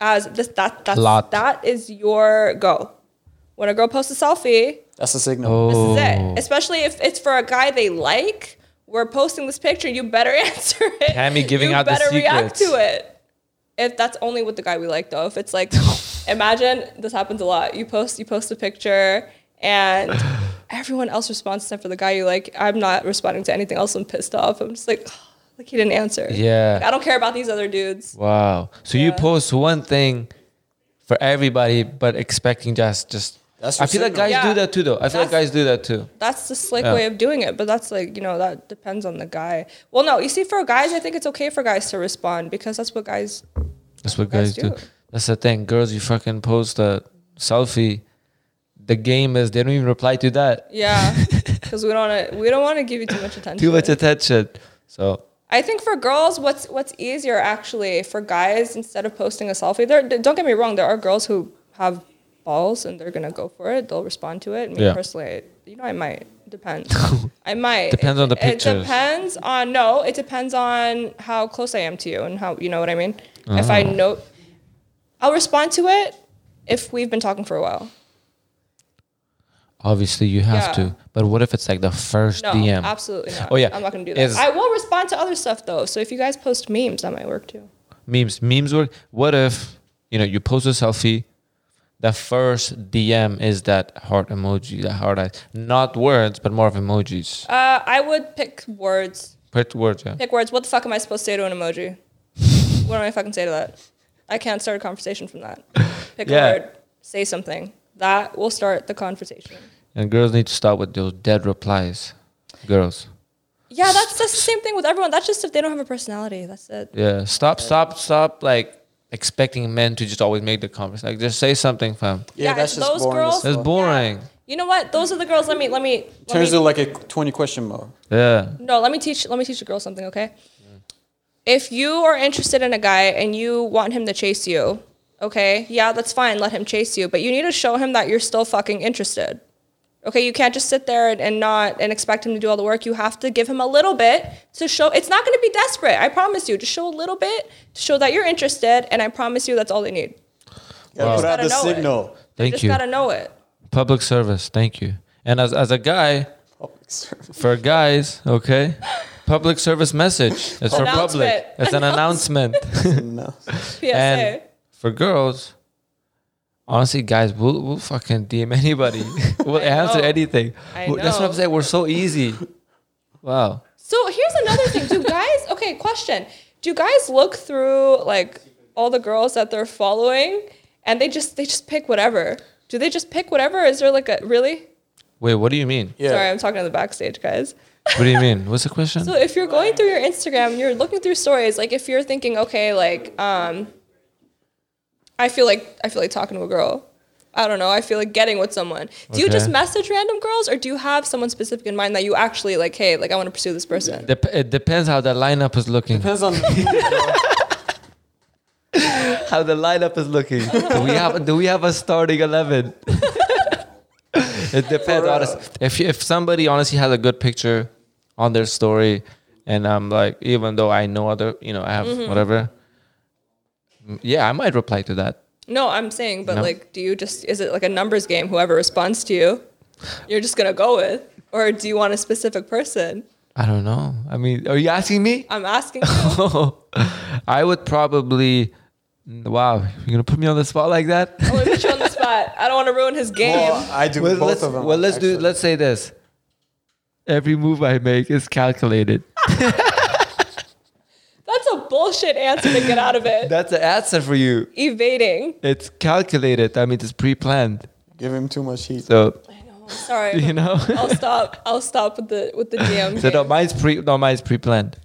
S3: as this that that's,
S2: Lot.
S3: that is your go. When a girl posts a selfie,
S1: that's a signal
S2: Oh.
S3: This is it. Especially if it's for a guy they like. We're posting this picture. You better answer it.
S2: Tammy giving
S3: you
S2: out the
S3: better react to
S2: secrets.
S3: it. If that's only with the guy we like, though. If it's like, imagine this happens a lot. You post, you post a picture, and everyone else responds except for the guy you like. I'm not responding to anything else. I'm pissed off. I'm just like, like he didn't answer.
S2: Yeah.
S3: Like, I don't care about these other dudes.
S2: Wow. So you
S3: Yeah.
S2: post one thing for everybody, but expecting just just.
S1: That's
S2: I
S1: your
S2: feel like
S1: signal.
S2: guys do
S3: Yeah.
S2: that too, though. I feel like
S3: That's-
S2: guys do that too.
S3: That's the slick
S2: Yeah.
S3: way of doing it, but that's like you know that depends on the guy. Well, no, you see, for guys, I think it's okay for guys to respond because that's what guys
S2: That's what guys
S3: Guys
S2: do.
S3: do.
S2: That's the thing. Girls, you fucking post a selfie. The game is they don't even reply to that.
S3: Yeah, because we don't wanna, we don't want to give you too much attention.
S2: Too much attention. So
S3: I think for girls, what's what's easier actually for guys instead of posting a selfie. There, don't get me wrong. There are girls who have balls and they're gonna go for it. They'll respond to it. Me
S2: Yeah.
S3: personally, you know, I might depends. I might
S2: Depends
S3: It-
S2: on the
S3: It
S2: pictures.
S3: depends on no. It depends on how close I am to you and how you know what I mean. If
S2: Ah.
S3: I know, I'll respond to it if we've been talking for a while.
S2: obviously you have
S3: Yeah.
S2: to. But what if it's like the first
S3: No,
S2: DM?
S3: absolutely not.
S2: Oh, yeah.
S3: I'm not gonna do that.
S2: Is-
S3: I will respond to other stuff though. So if you guys post memes, that might work too.
S2: Memes. Memes work. What if you know you post a selfie, the first DM is that heart emoji, that heart eyes, not words, but more of emojis.
S3: Uh, I would pick words.
S2: Put words. Yeah.
S3: Pick words. What the fuck am I supposed to say to an emoji? what am I fucking say to that? I can't start a conversation from that. Pick
S2: Yeah.
S3: a word. Say something. That will start the conversation.
S2: And girls need to stop with those dead replies. Girls.
S3: Yeah, that's that's the same thing with everyone. That's just if they don't have a personality. That's it.
S2: Yeah. Stop. Stop. Stop. Like expecting men to just always make the conversation. Like just say something, fam.
S3: Yeah, those
S1: as
S3: girls-
S2: That's
S1: fuck.
S2: boring.
S3: You know what? Those are the girls. Let me let me. let
S1: Turns
S3: me-
S1: to like a twenty question mark.
S2: Yeah.
S3: no let me teach let me teach a girl something okay if you are interested in a guy and you want him to chase you okay yeah that's fine let him chase you but you need to show him that you're still fucking interested okay you can't just sit there and, and not and expect him to do all the work you have to give him a little bit to show it's not going to be desperate i promise you just show a little bit to show that you're interested and i promise you that's all they need
S1: Yeah,
S3: Wow.
S1: put out the
S3: Just gotta know it.
S1: signal.
S3: you
S2: Thank
S3: just
S2: you.
S3: gotta know it
S2: Public service. Thank you. And as as a guy,
S1: Public service.
S2: for guys, okay. Public service message. It's for public.
S3: Announcement.
S2: It's an announcement.
S1: no.
S3: psa
S2: And for girls, honestly, guys, we'll, we'll fucking DM anybody. we'll answer
S3: know.
S2: anything.
S3: I
S2: Well, That's what I'm
S3: know.
S2: saying. We're so easy. Wow.
S3: So here's another thing. Do guys, okay, question. Do guys look through like all the girls that they're following and they just they just pick whatever? Do they just pick whatever? Is there like a really?
S2: Wait, what do you mean?
S1: Yeah.
S3: Sorry, I'm talking to the backstage guys.
S2: What do you mean? What's the question?
S3: So if you're going through your Instagram, you're looking through stories, like if you're thinking, okay, like um I feel like I feel like talking to a girl. I don't know. I feel like getting with someone. Do you
S2: Okay.
S3: just message random girls or do you have someone specific in mind that you actually like, hey, like I want to pursue this person?
S2: Dep- it depends how the lineup is looking.
S1: Depends on
S2: How the lineup is looking. do we have do we have a starting eleven? it depends.
S1: real.
S2: Honestly, if if somebody honestly has a good picture on their story, and I'm like, even though I know other, you know, I have whatever. mm, Yeah, I might reply to that.
S3: No, I'm saying, but
S2: No.
S3: like, do you just, is it like a numbers game? Whoever responds to you, you're just going to go with? Or do you want a specific person?
S2: I don't know. I mean, are you asking me?
S3: I'm asking you.
S2: I would probably. Wow, you're gonna put me on the spot like that?
S3: I want to put you on the spot. I don't want to ruin his game.
S1: well, I do
S2: well,
S1: both
S2: let's,
S1: of them.
S2: well, let's do.
S1: actually.
S2: Let's say this. Every move I make is calculated.
S3: That's a bullshit answer to get out of it.
S2: That's the answer for you.
S3: Evading.
S2: It's calculated. I mean, it's pre-planned.
S1: give him too much heat.
S2: So
S3: I know. I'm Sorry.
S2: you know,
S3: I'll stop. I'll stop with the with the DM.
S2: so no,
S3: game.
S2: mine's pre. No, mine's pre-planned.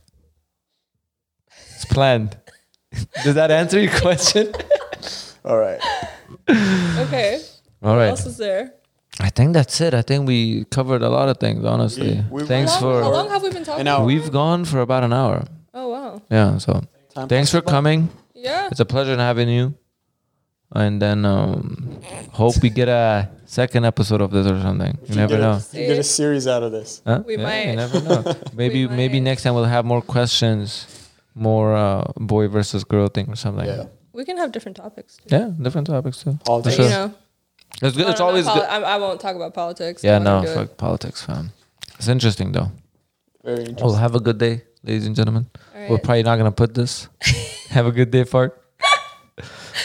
S2: It's planned. Does that answer your question?
S1: All right.
S3: Okay.
S2: All
S3: What
S2: right.
S3: else is there?
S2: I think that's it. I think we covered a lot of things. Honestly,
S1: Yeah, we-
S2: thanks
S3: how, long, how long
S2: for.
S3: have we been talking?
S1: An hour.
S2: We've gone for about an hour.
S3: Oh wow.
S2: Yeah. So
S1: Time
S2: thanks for coming.
S3: Yeah.
S2: It's a pleasure having you. And then um, hope we get a second episode of this or something. You never
S1: get
S2: know.
S1: A, you get a series out of this.
S2: Huh?
S3: We
S2: You
S3: might.
S2: never know. Maybe
S3: We
S2: maybe
S3: might.
S2: next time we'll have more questions, more uh, boy versus girl thing or something.
S1: Yeah.
S3: We can have different topics. Too.
S2: Yeah, different topics too.
S1: All
S2: For
S1: day.
S2: sure.
S3: You know.
S2: It's good.
S3: No,
S2: It's
S3: no, no,
S2: always
S3: poli-
S2: good.
S3: I, I won't talk about politics.
S2: Yeah,
S3: I
S2: no,
S3: won't do it.
S2: fuck politics, fam. It's interesting though.
S1: Very interesting.
S2: Well, have a good day, ladies and gentlemen.
S3: All
S2: We're
S3: right.
S2: probably not gonna put this. have a good day, fart.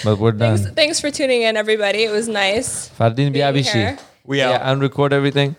S2: but we're done.
S3: Thanks, thanks for tuning in, everybody. It was nice.
S2: Fardin
S3: being
S2: Biabishi.
S3: here.
S1: We
S2: Yeah,
S1: out.
S2: and record everything.